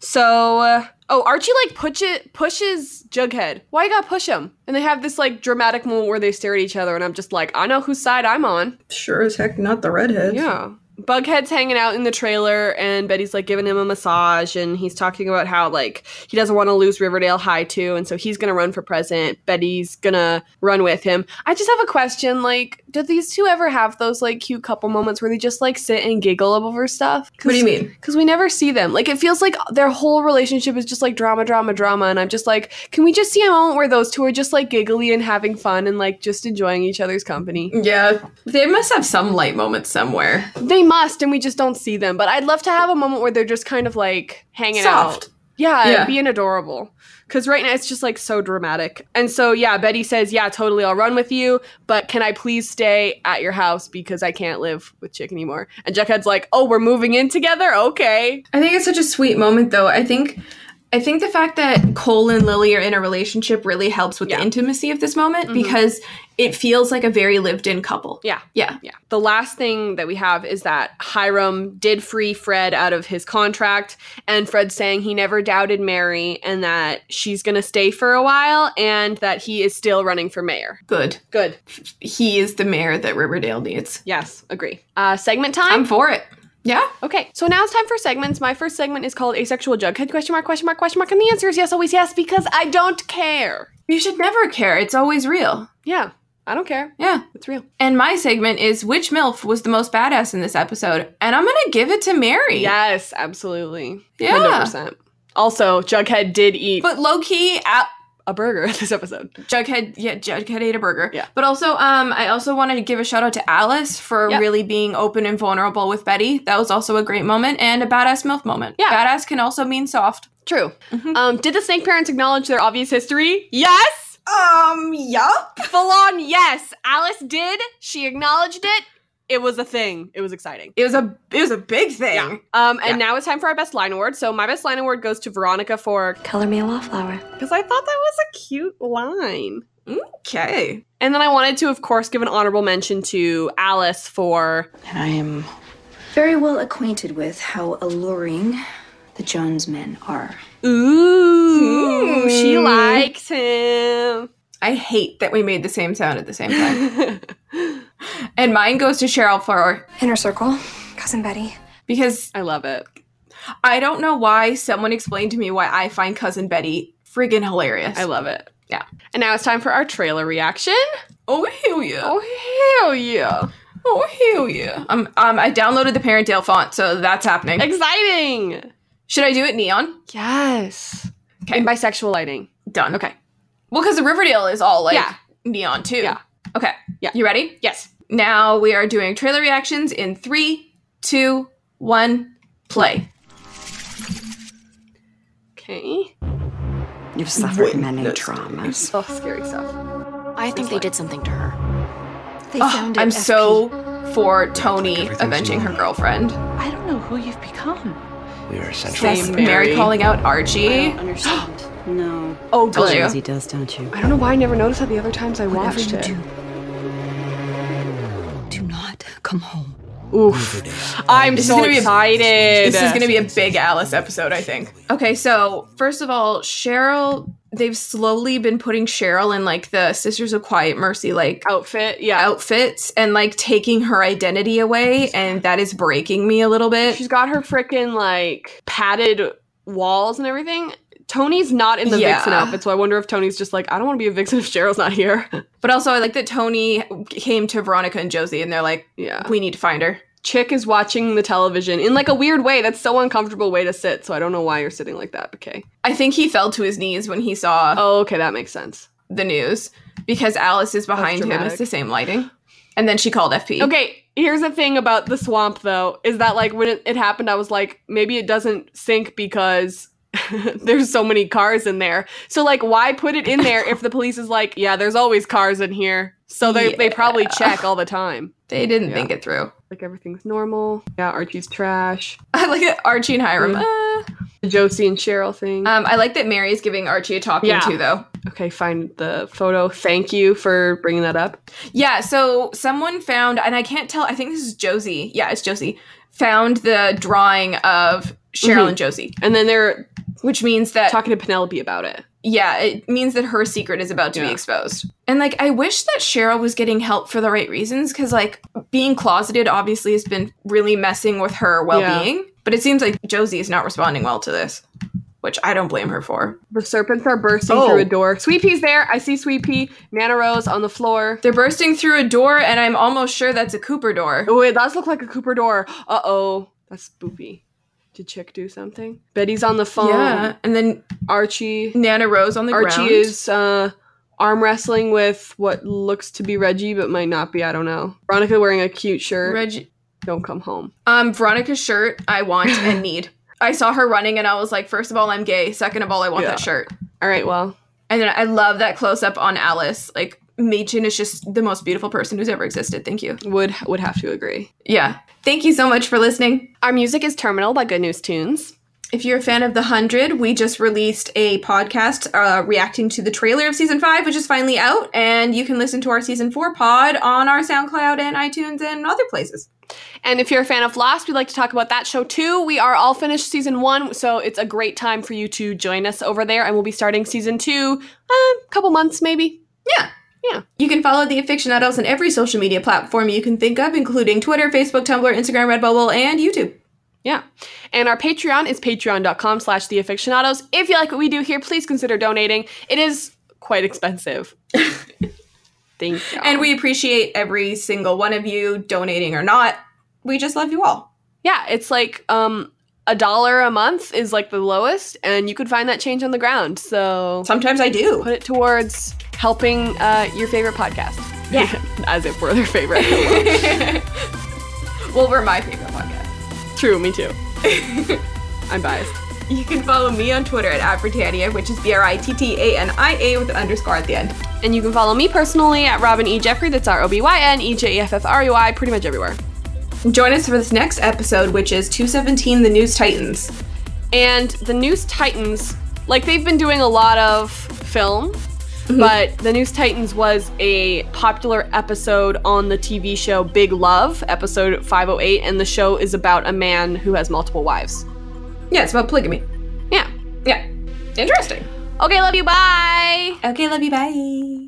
A: So, uh, oh, Archie like push it, pushes Jughead. Why you gotta push him? And they have this like dramatic moment where they stare at each other, and I'm just like, I know whose side I'm on.
B: Sure as heck not the redhead.
A: Yeah. Bughead's hanging out in the trailer, and Betty's like giving him a massage, and he's talking about how like he doesn't want to lose Riverdale High too, and so he's gonna run for president. Betty's gonna run with him. I just have a question: like, do these two ever have those like cute couple moments where they just like sit and giggle over stuff?
B: What do you mean?
A: Because we never see them. Like, it feels like their whole relationship is just like drama, drama, drama, and I'm just like, can we just see a moment where those two are just like giggly and having fun and like just enjoying each other's company?
B: Yeah. They must have some light moments somewhere.
A: They must, and we just don't see them. But I'd love to have a moment where they're just kind of like hanging
B: Soft.
A: out. Yeah,
B: Yeah.
A: being adorable. Because right now it's just like so dramatic. And so, yeah, Betty says, Yeah, totally, I'll run with you, but can I please stay at your house because I can't live with Chick anymore? And Jughead's like, Oh, we're moving in together? Okay.
B: I think it's such a sweet moment though. I think I think the fact that Cole and Lily are in a relationship really helps with
A: Yeah.
B: the intimacy of this moment because it feels like a very lived in couple.
A: Yeah.
B: Yeah.
A: Yeah. The last thing that we have is that Hiram did free Fred out of his contract, and Fred saying he never doubted Mary and that she's going to stay for a while and that he is still running for mayor.
B: Good.
A: Good.
B: He is the mayor that Riverdale needs.
A: Yes, agree. Uh, segment time.
B: I'm for it. Yeah.
A: okay, so now it's time for segments. My first segment is called Asexual Jughead question mark question mark question mark, and the answer is yes, always yes, because I don't care.
B: You should never care. It's always real.
A: Yeah, I don't care.
B: Yeah.
A: It's real.
B: And my segment is which MILF was the most badass in this episode? And I'm going to give it to Mary.
A: Yes, absolutely.
B: Yeah.
A: hundred percent. Also, Jughead did eat
B: But low key, uh,
A: a burger (laughs) this episode.
B: Jughead, yeah, Jughead ate a burger.
A: Yeah.
B: But also, um, I also wanted to give a shout out to Alice for
A: Yeah.
B: really being open and vulnerable with Betty. That was also a great moment and a badass MILF moment.
A: Yeah.
B: Badass can also mean soft.
A: True.
B: Mhm.
A: Um, did the snake parents acknowledge their obvious history? Yes.
B: Um, yup.
A: Full on yes. Alice did. She acknowledged it. It was a thing. It was exciting.
B: It was a it was a big thing.
A: Yeah. Um, and
B: Yeah.
A: now it's time for our best line award. So my best line award goes to Veronica for
C: Color me a wallflower.
A: because I thought that was a cute line.
B: Okay.
A: And then I wanted to, of course, give an honorable mention to Alice for
D: And I am
C: Very well acquainted with how alluring the Jones men are.
A: ooh, she likes him. (laughs)
B: I hate that we made the same sound at the same time. and mine goes to Cheryl for
C: Inner circle, cousin Betty.
B: because
A: I love it.
B: I don't know why someone explained to me why I find Cousin Betty friggin' hilarious.
A: I love it.
B: Yeah.
A: And now it's time for our trailer reaction.
B: Oh hell yeah!
A: Oh, hell yeah.
B: Oh hell yeah! Um, um, I downloaded the Parentdale font, so that's happening.
A: Exciting.
B: Should I do it neon?
A: Yes.
B: Okay.
A: And bisexual lighting.
B: Done.
A: Okay.
B: Well, because the Riverdale is all like
A: Yeah.
B: neon too.
A: Yeah.
B: Okay.
A: Yeah.
B: You ready?
A: Yes.
B: Now we are doing trailer reactions in three, two, one, play.
A: Okay.
C: You've suffered many traumas.
A: Oh, scary stuff.
D: I think they did something to her.
C: They
B: Ugh,
C: found it,
B: Oh, I'm
C: FP.
B: so for Tony
E: Everything's
B: avenging her
E: normal.
B: girlfriend.
D: I don't know who you've become.
E: We are essential.
A: Yes.
B: That's
A: Mary.
B: Mary. calling out Archie.
D: Understand.
F: No.
A: Oh,
B: Told
A: good.
B: you.
F: He does, don't you?
A: I don't know why I never noticed that the other times I
D: Whatever
A: watched
D: you
A: it.
D: do, do not come home.
A: Oof. I'm
B: This is
A: so
B: gonna be a-
A: excited.
B: This is going to be a big Alice episode, I think. Okay, so first of all, Cheryl, they've slowly been putting Cheryl in like the Sisters of Quiet Mercy like
A: outfit. Yeah.
B: outfits and like taking her identity away, and that is breaking me a little bit.
A: She's got her freaking like padded walls and everything. Tony's not in the
B: Yeah.
A: vixen outfit, so I wonder if Tony's just like, I don't want to be a vixen if Cheryl's not here. (laughs)
B: But also, I like that Tony came to Veronica and Josie, and they're like,
A: yeah.
B: "We need to find her."
A: Chick is watching the television in like a weird way. That's so uncomfortable way to sit, so I don't know why you're sitting like that, but okay.
B: I think he fell to his knees when he saw
A: Oh, okay, that makes sense.
B: the news because Alice is behind him.
A: dramatic.
B: It's the same lighting, and then she called FP.
A: Okay, here's the thing about the swamp though, is that like when it, it happened, I was like, maybe it doesn't sink because (laughs) there's so many cars in there. So like why put it in there if the police is like, yeah, there's always cars in here. So they, they probably check all the time.
B: they didn't
A: Yeah.
B: think it through.
A: Like everything's normal. Yeah, Archie's trash.
B: (laughs) I like that Archie and
A: Mm.
B: Hiram. uh,
A: The Josie and Cheryl thing.
B: um, I like that Mary's giving Archie a talking
A: Yeah.
B: to though.
A: okay, find the photo. Thank you for bringing that up.
B: Yeah, so someone found, and I can't tell. I think this is Josie. Yeah, it's Josie. Found the drawing of Cheryl
A: Mhm.
B: and Josie,
A: And then they're
B: which means that
A: talking to Penelope about it.
B: yeah, it means that her secret is about to
A: Yeah.
B: be exposed. And like, I wish that Cheryl was getting help for the right reasons because like being closeted obviously has been really messing with her well being. But it seems like Josie is not responding well to this, which I don't blame her for.
A: The serpents are bursting
B: Oh.
A: through a door. Sweet Pea's there. I see Sweet Pea. Nana Rose on the floor.
B: They're bursting through a door, and I'm almost sure that's a Cooper door.
A: Oh, it does look like a Cooper door. Uh oh. That's spoopy. Did Chick do something? Betty's on the phone.
B: Yeah, and then
A: Archie.
B: Nana Rose on the
A: Archie
B: ground.
A: is uh, arm wrestling with what looks to be Reggie, but might not be. I don't know. Veronica wearing a cute shirt.
B: Reg-
A: don't come home.
B: um Veronica's shirt. I (laughs) want and need. I saw her running, and I was like, first of all, I'm gay. Second of all, I want
A: Yeah.
B: that shirt.
A: All right, well.
B: And then I love that close up on Alice. Like Machin is just the most beautiful person who's ever existed. Thank you.
A: Would would have to agree.
B: Yeah. Thank you so much for listening.
A: Our music is Terminal by Good News Tunes.
B: If you're a fan of The Hundred, we just released a podcast uh, reacting to the trailer of season five, which is finally out. And you can listen to our season four pod on our SoundCloud and iTunes and other places.
A: And if you're a fan of Lost, we'd like to talk about that show too. We are all finished season one, so it's a great time for you to join us over there. And we'll be starting season two, a couple months maybe.
B: You can follow the Aficionados on every social media platform you can think of, including Twitter, Facebook, Tumblr, Instagram, Redbubble, and YouTube.
A: Yeah. And our Patreon is patreon.com slash the aficionados. If you like what we do here, please consider donating. It is quite
B: (laughs)
A: expensive. Thank you.
B: And we appreciate every single one of you, donating or not. We just love you all.
A: Yeah, it's like um a dollar a month is like the lowest, and you could find that change on the ground. So
B: Sometimes I do.
A: put it towards helping uh, your favorite podcast. Yeah. (laughs) As if we're their favorite.
B: (laughs) well, we're my favorite podcast.
A: True, me
B: (laughs)
A: too. I'm biased.
B: You can follow me on Twitter at Britannia, which is B R I T T A N I A with an underscore at the end.
A: And you can follow me personally at Robin E. Jeffrey. That's R O B Y N E J E F F R E Y, pretty much everywhere.
B: Join us for this next episode, which is 217 The News Titans.
A: And the News Titans, like they've been doing a lot of film,
B: Mm-hmm.
A: but the News Titans was a popular episode on the TV show Big Love, episode 508, and the show is about a man who has multiple wives.
B: Yeah, it's about polygamy.
A: Yeah.
B: Yeah. Interesting.
A: Okay, love you. Bye.
B: Okay, love you. Bye.